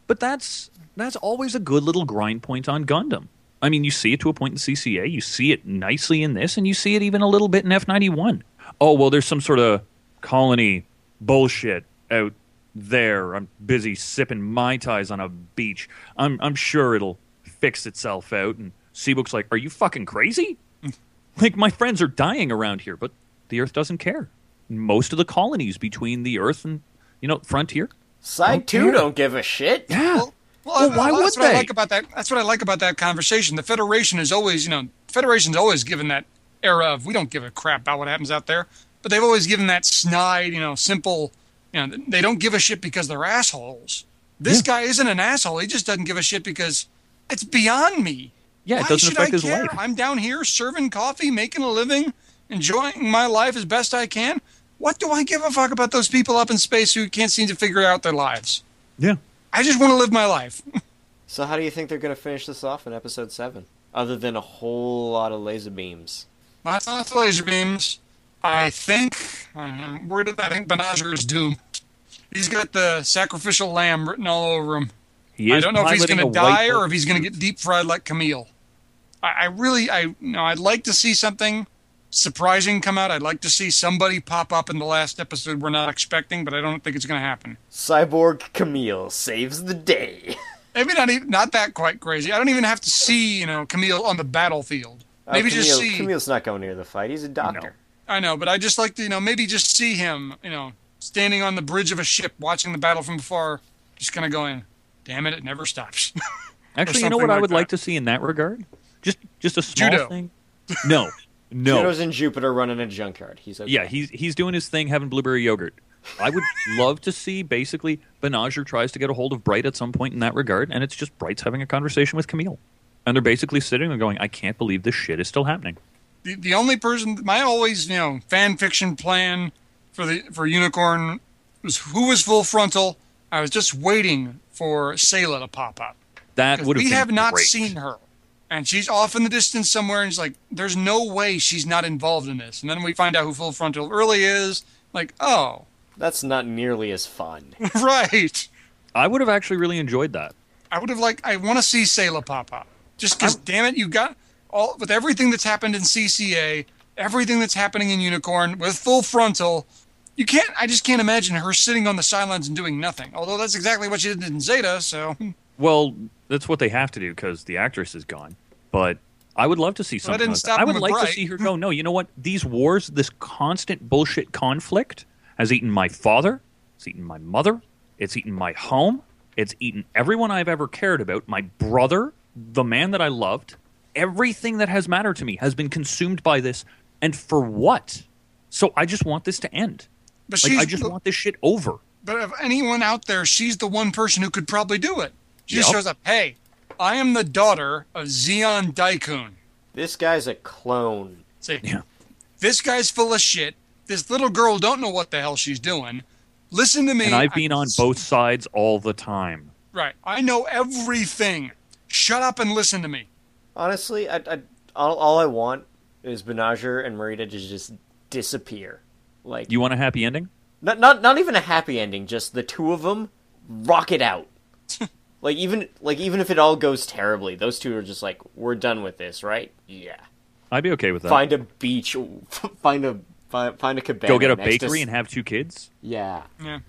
But that's that's always a good little grind point on Gundam. I mean, you see it to a point in CCA, you see it nicely in this, and you see it even a little bit in F91. Oh, well, there's some sort of colony bullshit out there. I'm busy sipping Mai Tais on a beach. I'm, I'm sure it'll fix itself out. And Seabook's like, Are you fucking crazy? like, my friends are dying around here, but the Earth doesn't care. Most of the colonies between the Earth and, you know, Frontier.
Side two don't give a shit.
Yeah.
Well,
Well, why
that's
would
what
they?
I like about that. That's what I like about that conversation. The Federation is always, you know, Federation's always given that era of we don't give a crap about what happens out there, but they've always given that snide, you know, simple, you know, they don't give a shit because they're assholes. This guy isn't an asshole. He just doesn't give a shit because it's beyond me.
Yeah, it
Why
doesn't
should
affect
I
his
care?
life.
I'm down here serving coffee, making a living, enjoying my life as best I can. What do I give a fuck about those people up in space who can't seem to figure out their lives?
Yeah.
I just want to live my life.
So how do you think they're gonna finish this off in episode seven? Other than a whole lot of laser beams.
Lots and lots of laser beams. I think. I'm worried about. I think Benazer is doomed. He's got the sacrificial lamb written all over him.
He
I
is
don't know if he's
piloting
going to
a white
die or
bird.
if he's going to get deep fried like Camille. I, I really, I you know, I'd like to see something surprising come out. I'd like to see somebody pop up in the last episode we're not expecting, but I don't think it's going to happen.
Cyborg Camille saves the day.
Maybe not even not that quite crazy. I don't even have to see you know Camille on the battlefield.
Oh,
Maybe
Camille,
just see
Camille's not going near the fight. He's a doctor.
I know, but I just like to, you know, maybe just see him, you know, standing on the bridge of a ship, watching the battle from afar, just kind of going, "Damn it, it never stops."
Actually, you know
something
what I
like
would like
that.
to see in that regard? Just just a small
Judo.
thing. No. No.
Juno's in Jupiter running a junkyard. He's okay.
Yeah, he's he's doing his thing having blueberry yogurt. I would love to see basically Benager tries to get a hold of Bright at some point in that regard, and it's just Bright's having a conversation with Camille. And they're basically sitting there going, I can't believe this shit is still happening.
the, the only person my always, you know, fan fiction plan for the for Unicorn was who was full frontal. I was just waiting for Sayla to pop up.
That would have
we
been
have not
great.
seen her and she's off in the distance somewhere and she's like there's no way she's not involved in this and then we find out who full frontal really is like oh
That's not nearly as fun.
right
I would have actually really enjoyed that.
I would have liked. I want to see Sayla pop up. Just because, damn it, you got all with everything that's happened in CCA, everything that's happening in Unicorn with full frontal. You can't. I just can't imagine her sitting on the sidelines and doing nothing. Although that's exactly what she did in Zeta. So
Well, that's what they have to do because the actress is gone. But I would love to see something.
didn't
like that.
stop
I
him
would
with
like to
Bright.
see her go. No, you know what? These wars, this constant bullshit conflict, has eaten my father. It's eaten my mother. It's eaten my home. It's eaten everyone I've ever cared about. My brother, the man that I loved. Everything that has mattered to me has been consumed by this. And for what? So I just want this to end.
But
Like,
she's-
I just want this shit over.
But of anyone out there, she's the one person who could probably do it. She just
Yep.
shows up. Hey, I am the daughter of Zeon Daikun.
This guy's a clone.
Say,
Yeah.
this guy's full of shit. This little girl don't know what the hell she's doing. Listen to me.
And I've
I-
been on both sides all the time.
Right. I know everything. Shut up and listen to me.
Honestly, I, I all, all I want is Benager and Marita to just disappear. Like
You want a happy ending?
not not not even a happy ending, just the two of them rock it out. like even like even if it all goes terribly, those two are just like we're done with this, right? Yeah.
I'd be okay with that.
Find a beach, find a find, find a cabana.
Go get a
next to
bakery
s-
and have two kids.
yeah,
Yeah.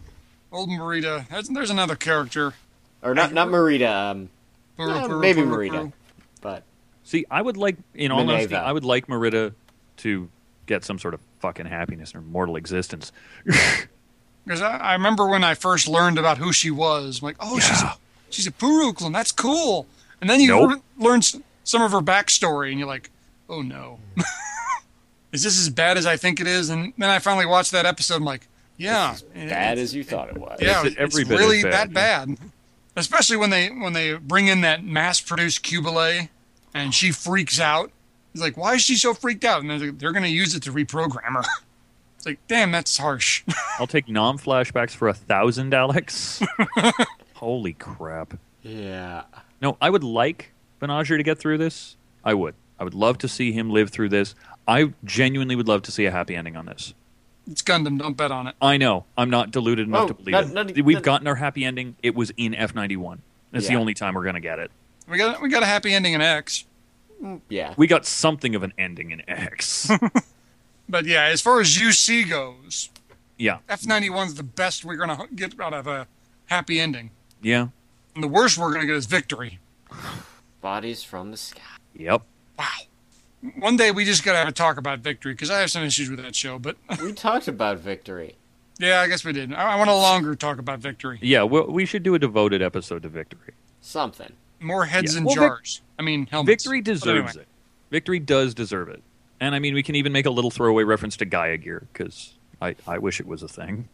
Old Marita. That's- There's another character.
or not not Marita, um,
Buru,
eh,
buru,
maybe
buru,
Marita,
buru.
but
See, I would like, in all
Minerva.
honesty, I would like Merida to get some sort of fucking happiness in her mortal existence.
'Cause I, I remember when I first learned about who she was. I'm like, oh, she's a, she's a Puru clone. That's cool. And then you
Nope.
learn, learn s- some of her backstory, and you're like, oh no. is this as bad as I think it is? And then I finally watched that episode. I'm like, yeah,
bad as you thought it was.
yeah,
It's
it's
every bit as
really
bad,
that bad. especially when they when they bring in that mass-produced Cubile, and she freaks out. He's like, "Why is she so freaked out?" And they're, like, they're going to use it to reprogram her. It's like, damn, that's harsh.
I'll take non flashbacks for a thousand, Alex. Holy crap.
Yeah.
No, I would like Benager to get through this. I would. I would love to see him live through this. I genuinely would love to see a happy ending on this.
it's Gundam. Don't bet on it.
I know. I'm not deluded enough
Oh,
to believe
not-
it.
not-
We've
not-
gotten our happy ending. It was in F91. That's
Yeah.
the only time we're going to get it.
We got we got a happy ending in X.
Yeah.
We got something of an ending in X.
But yeah, as far as UC goes,
yeah.
F91 is the best we're going to get out of a happy ending.
Yeah.
And the worst we're going to get is victory.
Bodies from the sky.
Yep.
Wow. One day we just got to have a talk about victory because I have some issues with that show. But
We talked about victory.
yeah, I guess we did. I, I want a longer talk about victory.
Yeah. We, we should do a devoted episode to Victory.
Something.
More heads
Yeah.
and
Well, Vic-
jars. I mean,
Oh,
helmets.
Victory
But
deserves
anyway.
it. Victory does deserve it. And I mean, we can even make a little throwaway reference to Gaia Gear because I, I wish it was a thing.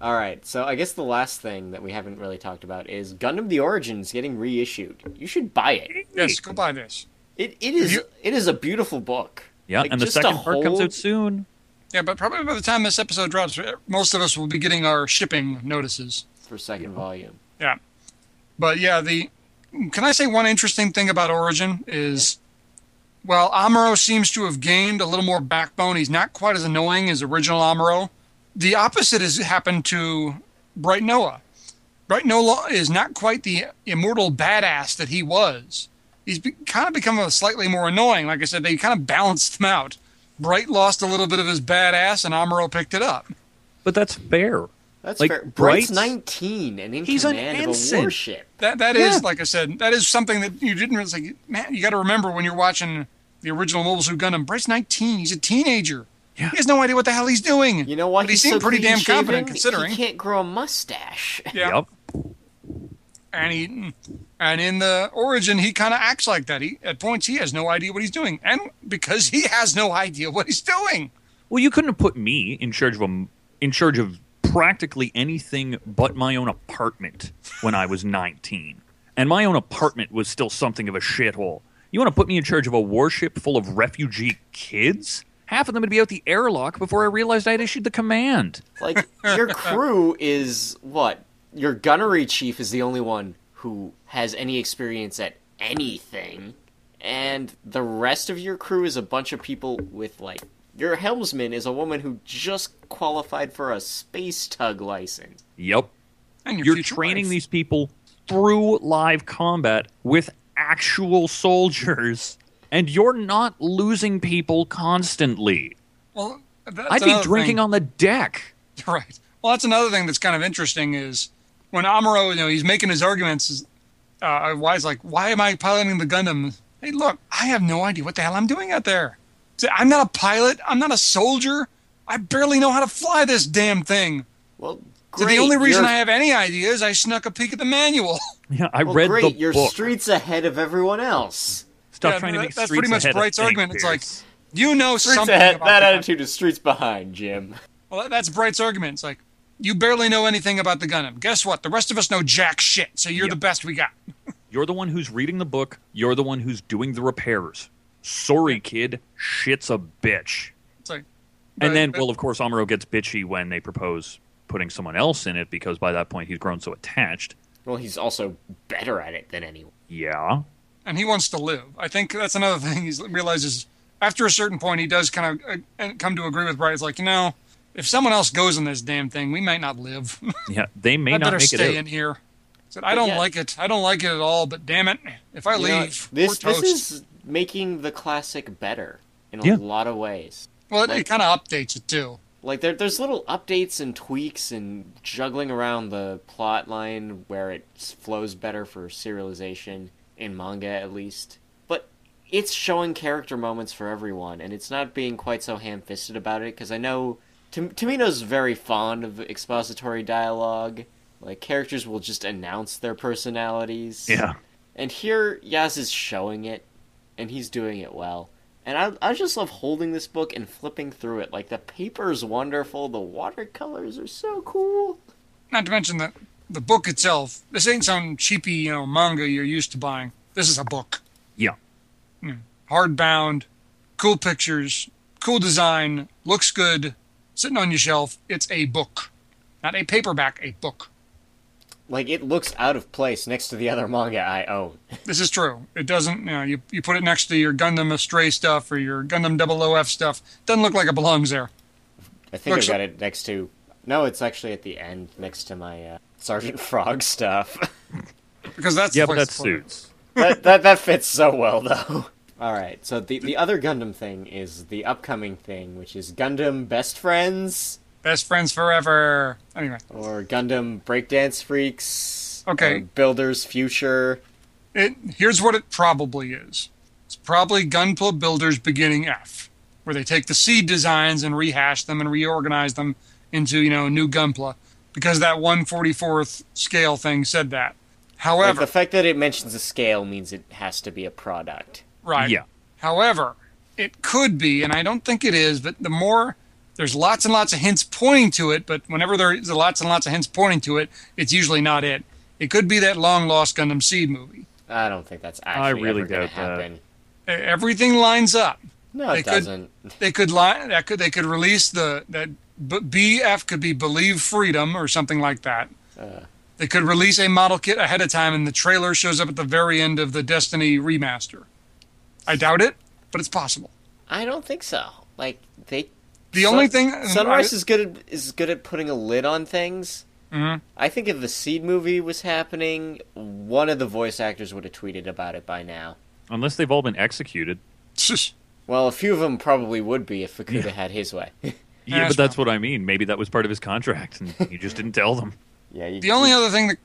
All right. So I guess the last thing that we haven't really talked about is Gundam: The Origins getting reissued. You should buy it.
Yes, go buy this.
It it is
You-
it is a beautiful book.
Yeah,
Like,
and the
just a
second part comes
whole-
out soon.
Yeah, but probably by the time this episode drops, most of us will be getting our shipping notices.
for second volume.
Yeah. But yeah, the can I say one interesting thing about Origin is well, Amuro seems to have gained a little more backbone. He's not quite as annoying as original Amuro. The opposite has happened to Bright Noah. Bright Noah is not quite the immortal badass that he was. He's be, kind of become a slightly more annoying. Like I said, they kind of balanced him out. Bright lost a little bit of his badass, and Amuro picked it up.
But that's fair.
That's
Like,
fair. Bright's
Bright's-
19 and in
He's an
command of a
ensign.
warship.
That that is
Yeah.
like I said, that is something that you didn't really like, man, you got to remember when you're watching the original Mobile Suit Gundam. Bright's 19; he's a teenager.
Yeah.
He has no idea what the hell he's doing.
You know why
But he
he's so
seemed pretty damn
clean-shaven?
competent considering.
He can't grow a mustache.
yeah.
Yep.
And he and in the origin, he kind of acts like that. He at points he has no idea what he's doing, and because he has no idea what he's doing,
Well, you couldn't have put me in charge of a, in charge of practically anything but my own apartment when I was 19. And my own apartment was still something of a shithole. You want to put me in charge of a warship full of refugee kids? Half of them would be out the airlock before I realized I had issued the command.
Like your crew is what? Your gunnery chief is the only one who has any experience at anything, and the rest of your crew is a bunch of people with like your helmsman is a woman who just qualified for a space tug license.
Yep.
and your
You're
future
training
wife.
these people through live combat with actual soldiers, and you're not losing people constantly.
Well, that's
I'd be
another
drinking
thing.
on the deck.
Right. Well, that's another thing that's kind of interesting is when Amuro, you know, he's making his arguments. is, Uh, Y's like, why am I piloting the Gundam? Hey, look, I have no idea what the hell I'm doing out there. See, I'm not a pilot. I'm not a soldier. I barely know how to fly this damn thing.
Well,
So
great.
the only reason
you're-
I have any idea is I snuck a peek at the manual.
Yeah, I
well,
read
great,
the
you're
book.
streets ahead of everyone else.
Stop
Yeah,
trying to
that-
make
that's
streets
pretty much
ahead of
Bright's
things,
argument. It's like,
Pierce.
You know
Streets
something
ahead.
about
That
the Gundam.
attitude is streets behind, Jim.
Well, that's Bright's argument. It's like, you barely know anything about the Gundam. Guess what? The rest of us know jack shit, so you're
Yeah.
the best we got.
you're the one who's reading the book. You're the one who's doing the repairs. Sorry, kid. Shit's a bitch.
It's like,
And then,
but-
well, of course, Amuro gets bitchy when they propose putting someone else in it because by that point he's grown so attached.
Well, he's also better at it than anyone.
Yeah.
and he wants to live. I think that's another thing he realizes after a certain point he does kind of uh, come to agree with Bright. It's like, you know, if someone else goes in this damn thing, we might not live.
Yeah. They may
I
not
better
make it
stay
out.
in here. He Said, I don't
yeah.
like it. I don't like it at all. But damn it, if I
You know,
leave, we're
this
toast.
this is making the classic better in a
Yeah.
lot of ways.
well, it, it kind of updates it too.
Like there, there's little updates and tweaks and juggling around the plot line where it s- flows better for serialization in manga at least. But it's showing character moments for everyone, and it's not being quite so ham-fisted about it because I know Tam- Tamino's very fond of expository dialogue. Like characters will just announce their personalities.
Yeah.
And here, Yaz is showing it, and he's doing it well. And I, I just love holding this book and flipping through it. Like, the paper's wonderful, the watercolors are so cool.
Not to mention that the book itself. This ain't some cheapy, you know, manga you're used to buying. This is a book,
Yeah.
hardbound, cool pictures, cool design, looks good, sitting on your shelf. It's a book, not a paperback, a book.
Like it looks out of place next to the other manga I own.
This is true. It doesn't, you know, you, you put it next to your Gundam Stray stuff or your Gundam 0OF stuff. Doesn't look like it belongs there.
I think
Looks
I got it next to. No, it's actually at the end next to my uh, Sergeant Frog stuff.
Because that's
Yeah, but
the place
that's
to put it.
suits.
that, that that fits so well though. All right, so the the other Gundam thing is the upcoming thing, which is Gundam Best Friends
Best friends forever. Anyway,
or Gundam Breakdance Freaks.
Okay.
or Builders Future.
it here's what it probably is. It's probably Gunpla Builders beginning F, where they take the seed designs and rehash them and reorganize them into you know new Gunpla, because that 144th scale thing said that.
Like,
However,
the fact that it mentions a scale means it has to be a product.
right?
Yeah.
However, it could be, and I don't think it is, but the more there's lots and lots of hints pointing to it, but whenever there's lots and lots of hints pointing to it, it's usually not it. It could be that long lost Gundam Seed movie.
I don't think that's actually
really
ever going to
doubt that.
happen.
E- Everything lines up.
No,
They
it
could-
doesn't.
They could line that could they could release the that B- BF could be Believe Freedom or something like that.
Uh.
They could release a model kit ahead of time, and the trailer shows up at the very end of the Destiny remaster. I doubt it, but it's possible.
I don't think so. Like they.
The only thing
Sunrise
I-
is good at, is good at putting a lid on things.
Mhm.
I think if the Seed movie was happening, one of the voice actors would have tweeted about it by now.
Unless they've all been executed.
Well, a few of them probably would be if Fukuda had his way.
Yeah,
That's
but that's what I mean. Maybe that was part of his contract, and you just didn't tell them.
yeah, you,
The only other thing that,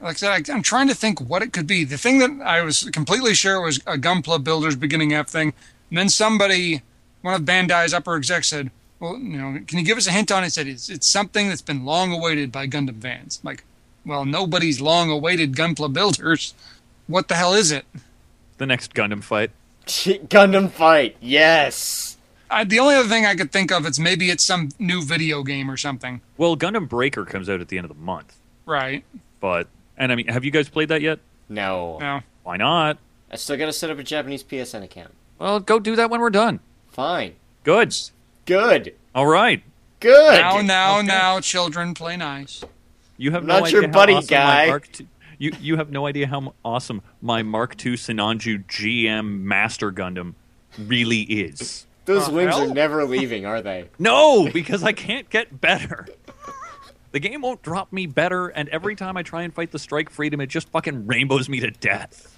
like I said, I, I'm trying to think what it could be. The thing that I was completely sure was a Gunpla Builders beginning F thing. And then somebody, one of Bandai's upper execs said, well, you know, can you give us a hint on it? He said, it's, it's something that's been long awaited by Gundam fans. I'm Like, well, nobody's long awaited Gunpla Builders. What the hell is it?
The next Gundam fight.
Gundam fight. Yes.
I, the only other thing I could think of is maybe it's some new video game or something.
Well, Gundam Breaker comes out at the end of the month,
Right.
but and I mean, have you guys played that yet?
No.
Now,
Why not?
I still gotta set up a Japanese PSN account.
Well, go do that when we're done.
Fine.
Good.
Good.
All right.
Good.
now, now, now, children, play nice.
You have
Not
no
your
idea
buddy,
how awesome
guy.
my Mark II you you have no idea how m- awesome my Mark II Sinanju GM Master Gundam really is.
Those
Uh,
wings
hell?
are never leaving, are they?
No, because I can't get better. The game won't drop me better, and every time I try and fight the Strike Freedom, it just fucking rainbows me to death.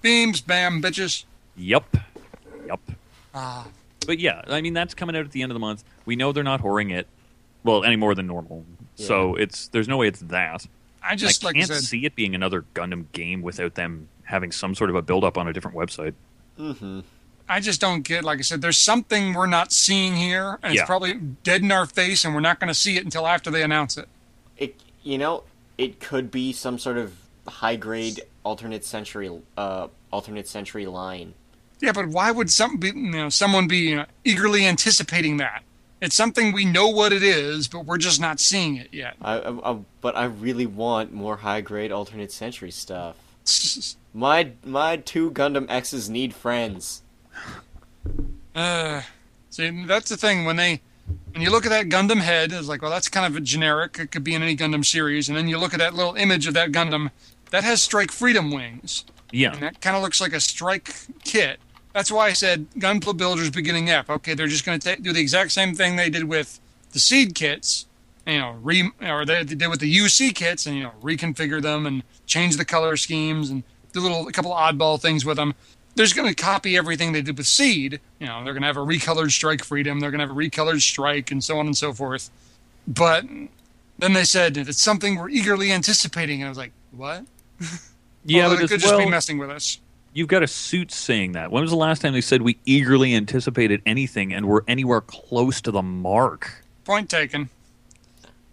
Beams, bam, bitches.
Yep. Yep.
Ah.
But yeah, I mean that's coming out at the end of the month. We know they're not whoring it, well, any more than normal. So it's there's no way it's that.
I just,
I
like I
can't
said,
see it being another Gundam game without them having some sort of a build up on a different website.
I just don't get. Like I said, there's something we're not seeing here, and
Yeah.
it's probably dead in our face, and we're not going to see it until after they announce it.
It. You know, it could be some sort of high grade alternate century, uh, alternate century line.
Yeah, but why would some be, you know, someone be you know, eagerly anticipating that? It's something we know what it is, but we're just not seeing it yet.
I, I, I, but I really want more high grade alternate century stuff. My my two Gundam X's need friends.
Uh, see, that's the thing when they when you look at that Gundam head, it's like, well, that's kind of a generic. It could be in any Gundam series, and then you look at that little image of that Gundam that has Strike Freedom wings.
Yeah.
and that kind of looks like a strike kit. That's why I said Gunpla Builders beginning F. Okay, they're just going to do the exact same thing they did with the seed kits, you know, re, or they, they did with the UC kits, and you know, reconfigure them and change the color schemes and do little a couple oddball things with them. They're just going to copy everything they did with seed. You know, they're going to have a recolored Strike Freedom, they're going to have a recolored Strike, and so on and so forth. But then they said it's something we're eagerly anticipating, and I was like, what?
Yeah,
Although
but
they
as
could just
well,
be messing with us.
you've got a suit saying that. When was the last time they said we eagerly anticipated anything and were anywhere close to the mark?
Point taken.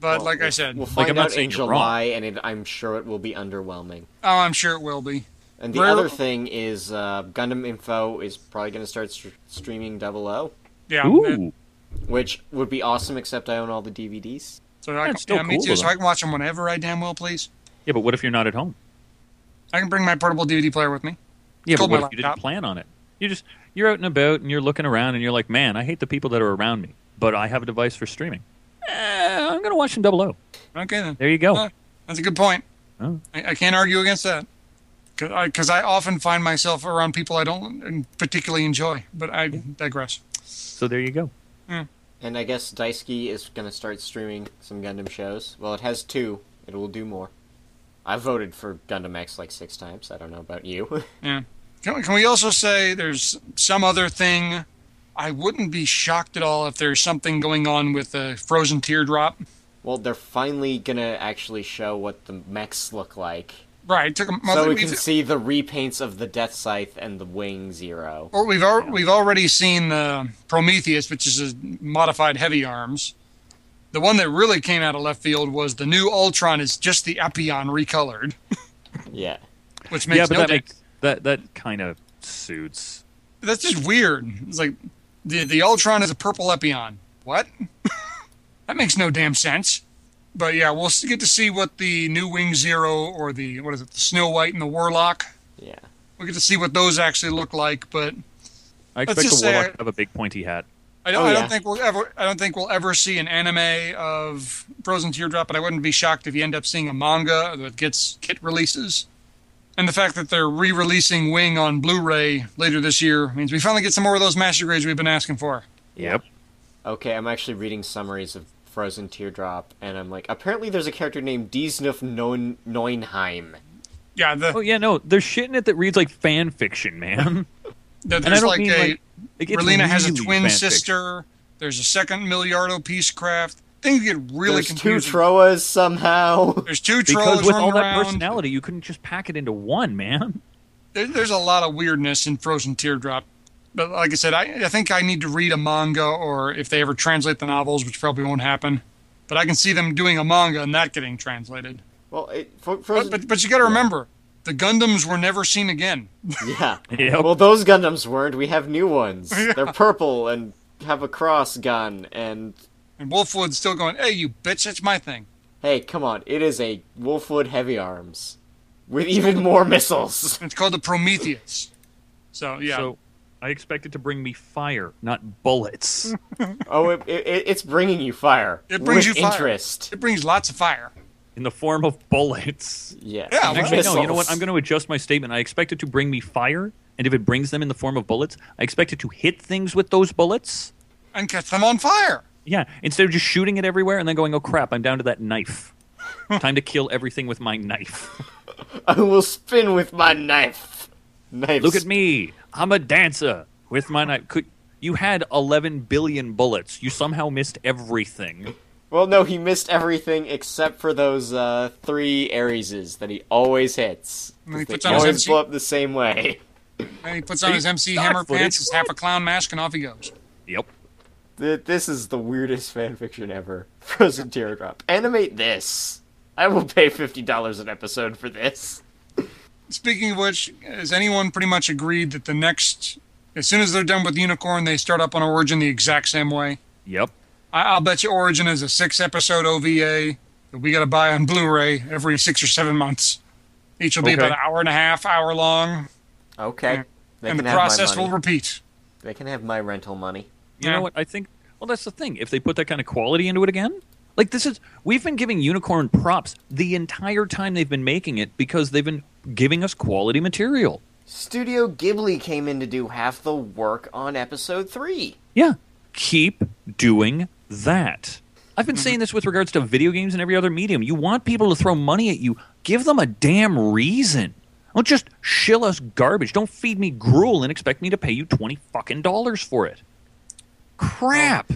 But
Well,
like I
we'll-
said,
we'll
Like,
find
I'm not
out in
saying you're wrong.
July, and it, I'm sure it will be underwhelming.
oh, I'm sure it will be.
And the
Rare-
other thing is, uh, Gundam Info is probably going to start str streaming Double O,
Yeah.
Ooh.
which would be awesome. Except I own all the DVDs.
So I can,
That's still
yeah, me
cool,
too. So
though.
I can watch them whenever I damn well please.
Yeah, but what if you're not at home?
I can bring my portable DVD player with me.
Yeah,
Stole
but what
my
if you didn't
laptop.
plan on it? You just you're out and about and you're looking around and you're like, man, I hate the people that are around me, but I have a device for streaming. Eh, I'm gonna watch some Double O.
Okay then.
There you go.
Uh, that's a good point.
Oh.
I, I can't argue against that. Because I, often find myself around people I don't particularly enjoy, but I digress.
So there you go.
And I guess Daisuke is gonna start streaming some Gundam shows. Well, it has two. It will do more. I voted for Gundam X like six times. I don't know about you.
Yeah. Can, can we also say there's some other thing? I wouldn't be shocked at all if there's something going on with a frozen teardrop.
well, they're finally gonna actually show what the mechs look like,
Right. It took a month.
so we
we've-
can see the repaints of the Death Scythe and the Wing Zero.
or we've al- we've already seen the Prometheus, which is a modified heavy arms. The one that really came out of left field was the new Ultron is just the Epion recolored,
Yeah.
which makes
yeah, but
no
that
difference.
makes that that kind of suits.
that's just weird. It's like the the Ultron is a purple Epion. What? that makes no damn sense. But yeah, we'll s- get to see what the new Wing Zero or the what is it, the Snow White and the Warlock.
Yeah.
We will get to see what those actually look like. But
I
Let's
expect
just
the
say
warlock
I-
to have a big pointy hat.
I don't,
Oh,
I
yeah.
don't think we'll ever. I don't think we'll ever see an anime of Frozen Teardrop. But I wouldn't be shocked if you end up seeing a manga that gets kit releases. And the fact that they're re-releasing Wing on Blu-ray later this year means we finally get some more of those master grades we've been asking for.
Yep.
Okay, I'm actually reading summaries of Frozen Teardrop, and I'm like, apparently there's a character named Diesnuff Neun- Neunheim.
Yeah, the,
Oh yeah, no, there's shit in it that reads like fan fiction, man.
There-
And I
There's
don't
like
mean
a
like, like it's
Relina has a
really
twin
fan fiction.
sister. There's a second Milliardo piece craft. Things get really
There's two
confusing.
Troas somehow.
there's two
Because
trolls
with
running
all that
around.
personality, you couldn't just pack it into one, man.
There, there's a lot of weirdness in Frozen Teardrop. But like I said, I, I think I need to read a manga, or if they ever translate the novels, which probably won't happen. But I can see them doing a manga and that getting translated.
Well, it, Fro-
But
Frozen.
but, but you got to remember, the Gundams were never seen again.
yeah.
Yep.
Well, those Gundams weren't. We have new ones. They're purple and have a cross gun, and
And Wolfwood's still going, "Hey, you bitch, that's my thing."
hey, come on, it is a Wolfwood Heavy Arms. With even more missiles.
And it's called the Prometheus. So yeah,
So I expect it to bring me fire, not
Hmm.
bullets.
Oh, it, it, it's bringing you fire.
It brings
With
you fire.
interest.
it brings lots of fire.
in the form of bullets.
Yeah.
Yeah, well,
Actually, no, you know what?
Missiles.
I'm going to adjust my statement. I expect it to bring me fire, and if it brings them in the form of bullets, I expect it to hit things with those bullets.
and catch them on fire.
Yeah, instead of just shooting it everywhere and then going, oh crap, I'm down to that knife. Time to kill everything with my knife.
I will spin with my knife. Knife.
Look at me. I'm a dancer with my knife. Could, you had 11 billion bullets. You somehow missed everything.
Well, no, he missed everything except for those uh, three Areses that he always hits.
And he
They
puts on his
always
MC,
blow up the same way.
and he puts on his MC Hammer
footage?
pants, his half a clown mask, and off he goes.
Yep.
Th- This is the weirdest fanfiction ever. Frozen Teardrop. Animate this. I will pay $50 an episode for this.
Speaking of which, has anyone pretty much agreed that the next, as soon as they're done with Unicorn, they start up on Origin the exact same way?
Yep.
I, I'll bet you Origin is a six episode OVA that we got to buy on Blu ray every six or seven months. Each will be
Okay.
about an hour and a half, hour long,
Okay. They
Mm. and
can
the
have my
process will
money.
repeat.
They can have my rental money.
You
Yeah.
know what? I think. Well, that's the thing. If they put that kind of quality into it again, like this is, we've been giving Unicorn props the entire time they've been making it because they've been giving us quality material.
Studio Ghibli came in to do half the work on episode 3.
Yeah. Keep doing that. I've been saying this with regards to video games and every other medium. You want people to throw money at you, give them a damn reason. Don't just shill us garbage. Don't feed me gruel and expect me to pay you 20 fucking dollars for it. Crap.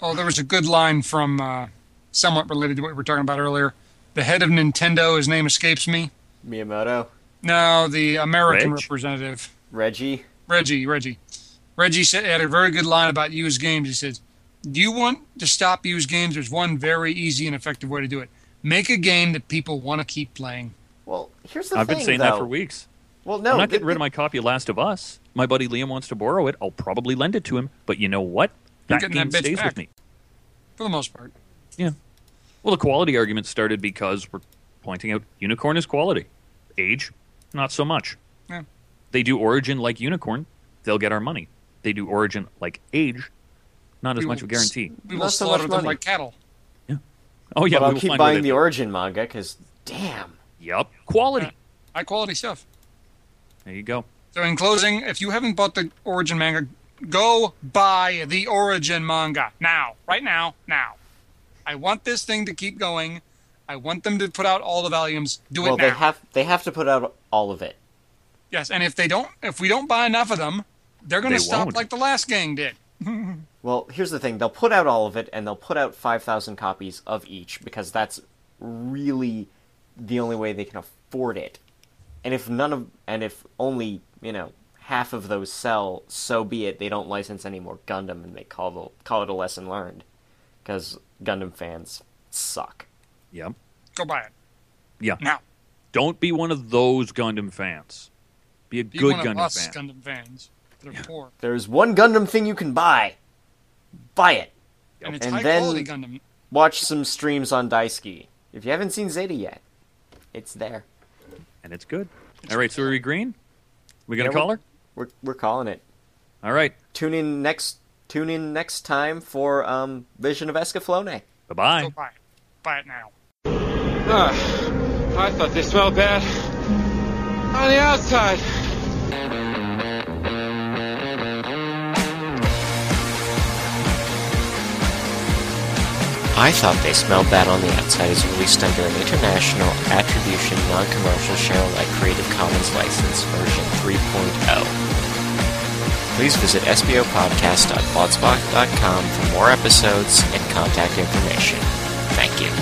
Oh, there was a good line from uh, somewhat related to what we were talking about earlier. The head of Nintendo, his name escapes me.
Miyamoto.
No, the American
Reg?
representative,
Reggie.
Reggie. Reggie. Reggie said had a very good line about used games. He says, "Do you want to stop used games? There's one very easy and effective way to do it. Make a game that people want to keep playing."
Well, here's the
I've
thing,
been saying
though.
that for weeks.
Well, no,
I'm not
th-
getting rid of my copy of Last of Us. My buddy Liam wants to borrow it. I'll probably lend it to him. But you know what?
You're
That
getting that
game
bitch
stays
back.
with me.
For the most part,
Yeah. Well, the quality argument started because we're pointing out unicorn is quality, age, not so much.
Yeah.
They do origin like unicorn, they'll get our money. They do origin like age, not as
We
much of
will
a guarantee.
We will
Not so
slaughter
much
them
money.
like cattle.
Oh yeah,
but
we
I'll
will
keep
find
buying
where they-
the origin manga because damn.
Yep, quality.
High quality stuff.
There you go.
So, in closing, if you haven't bought the Origin manga, go buy the Origin manga now, right now, now. I want this thing to keep going. I want them to put out all the volumes. Do
Well,
it now.
they have they have to put out all of it.
yes, and if they don't, if we don't buy enough of them, they're going
They
to stop
won't.
like the last gang did.
Well, here's the thing: they'll put out all of it, and they'll put out five thousand copies of each because that's really the only way they can afford it. And if none of and if only you know half of those sell, so be it. They don't license any more Gundam, and they call the, call it a lesson learned because Gundam fans suck.
Yep.
Go buy it
Yeah.
now.
Don't be one of those Gundam fans. Be a
Be
good
one
Gundam
of us
fan.
Gundam fans that are poor,
There's one Gundam thing you can buy. Buy it.
and it's
And
high
then-
quality Gundam.
Watch some streams on Daisuke. If you haven't seen Zeta yet, it's there.
and it's good. All right, so are we green? We gonna
Yeah, we-
call her?
We're we're calling it.
All right.
tune in next tune in next time for um Vision of Escaflowne.
Bye
Go
bye.
buy it. Buy it now.
Ah, I thought they smelled bad on the outside.
I thought they smelled bad on the outside is released under an international attribution non-commercial share alike Creative Commons license version 3.0. Please visit sbopodcast.blogspot.com for more episodes and contact information. Thank you.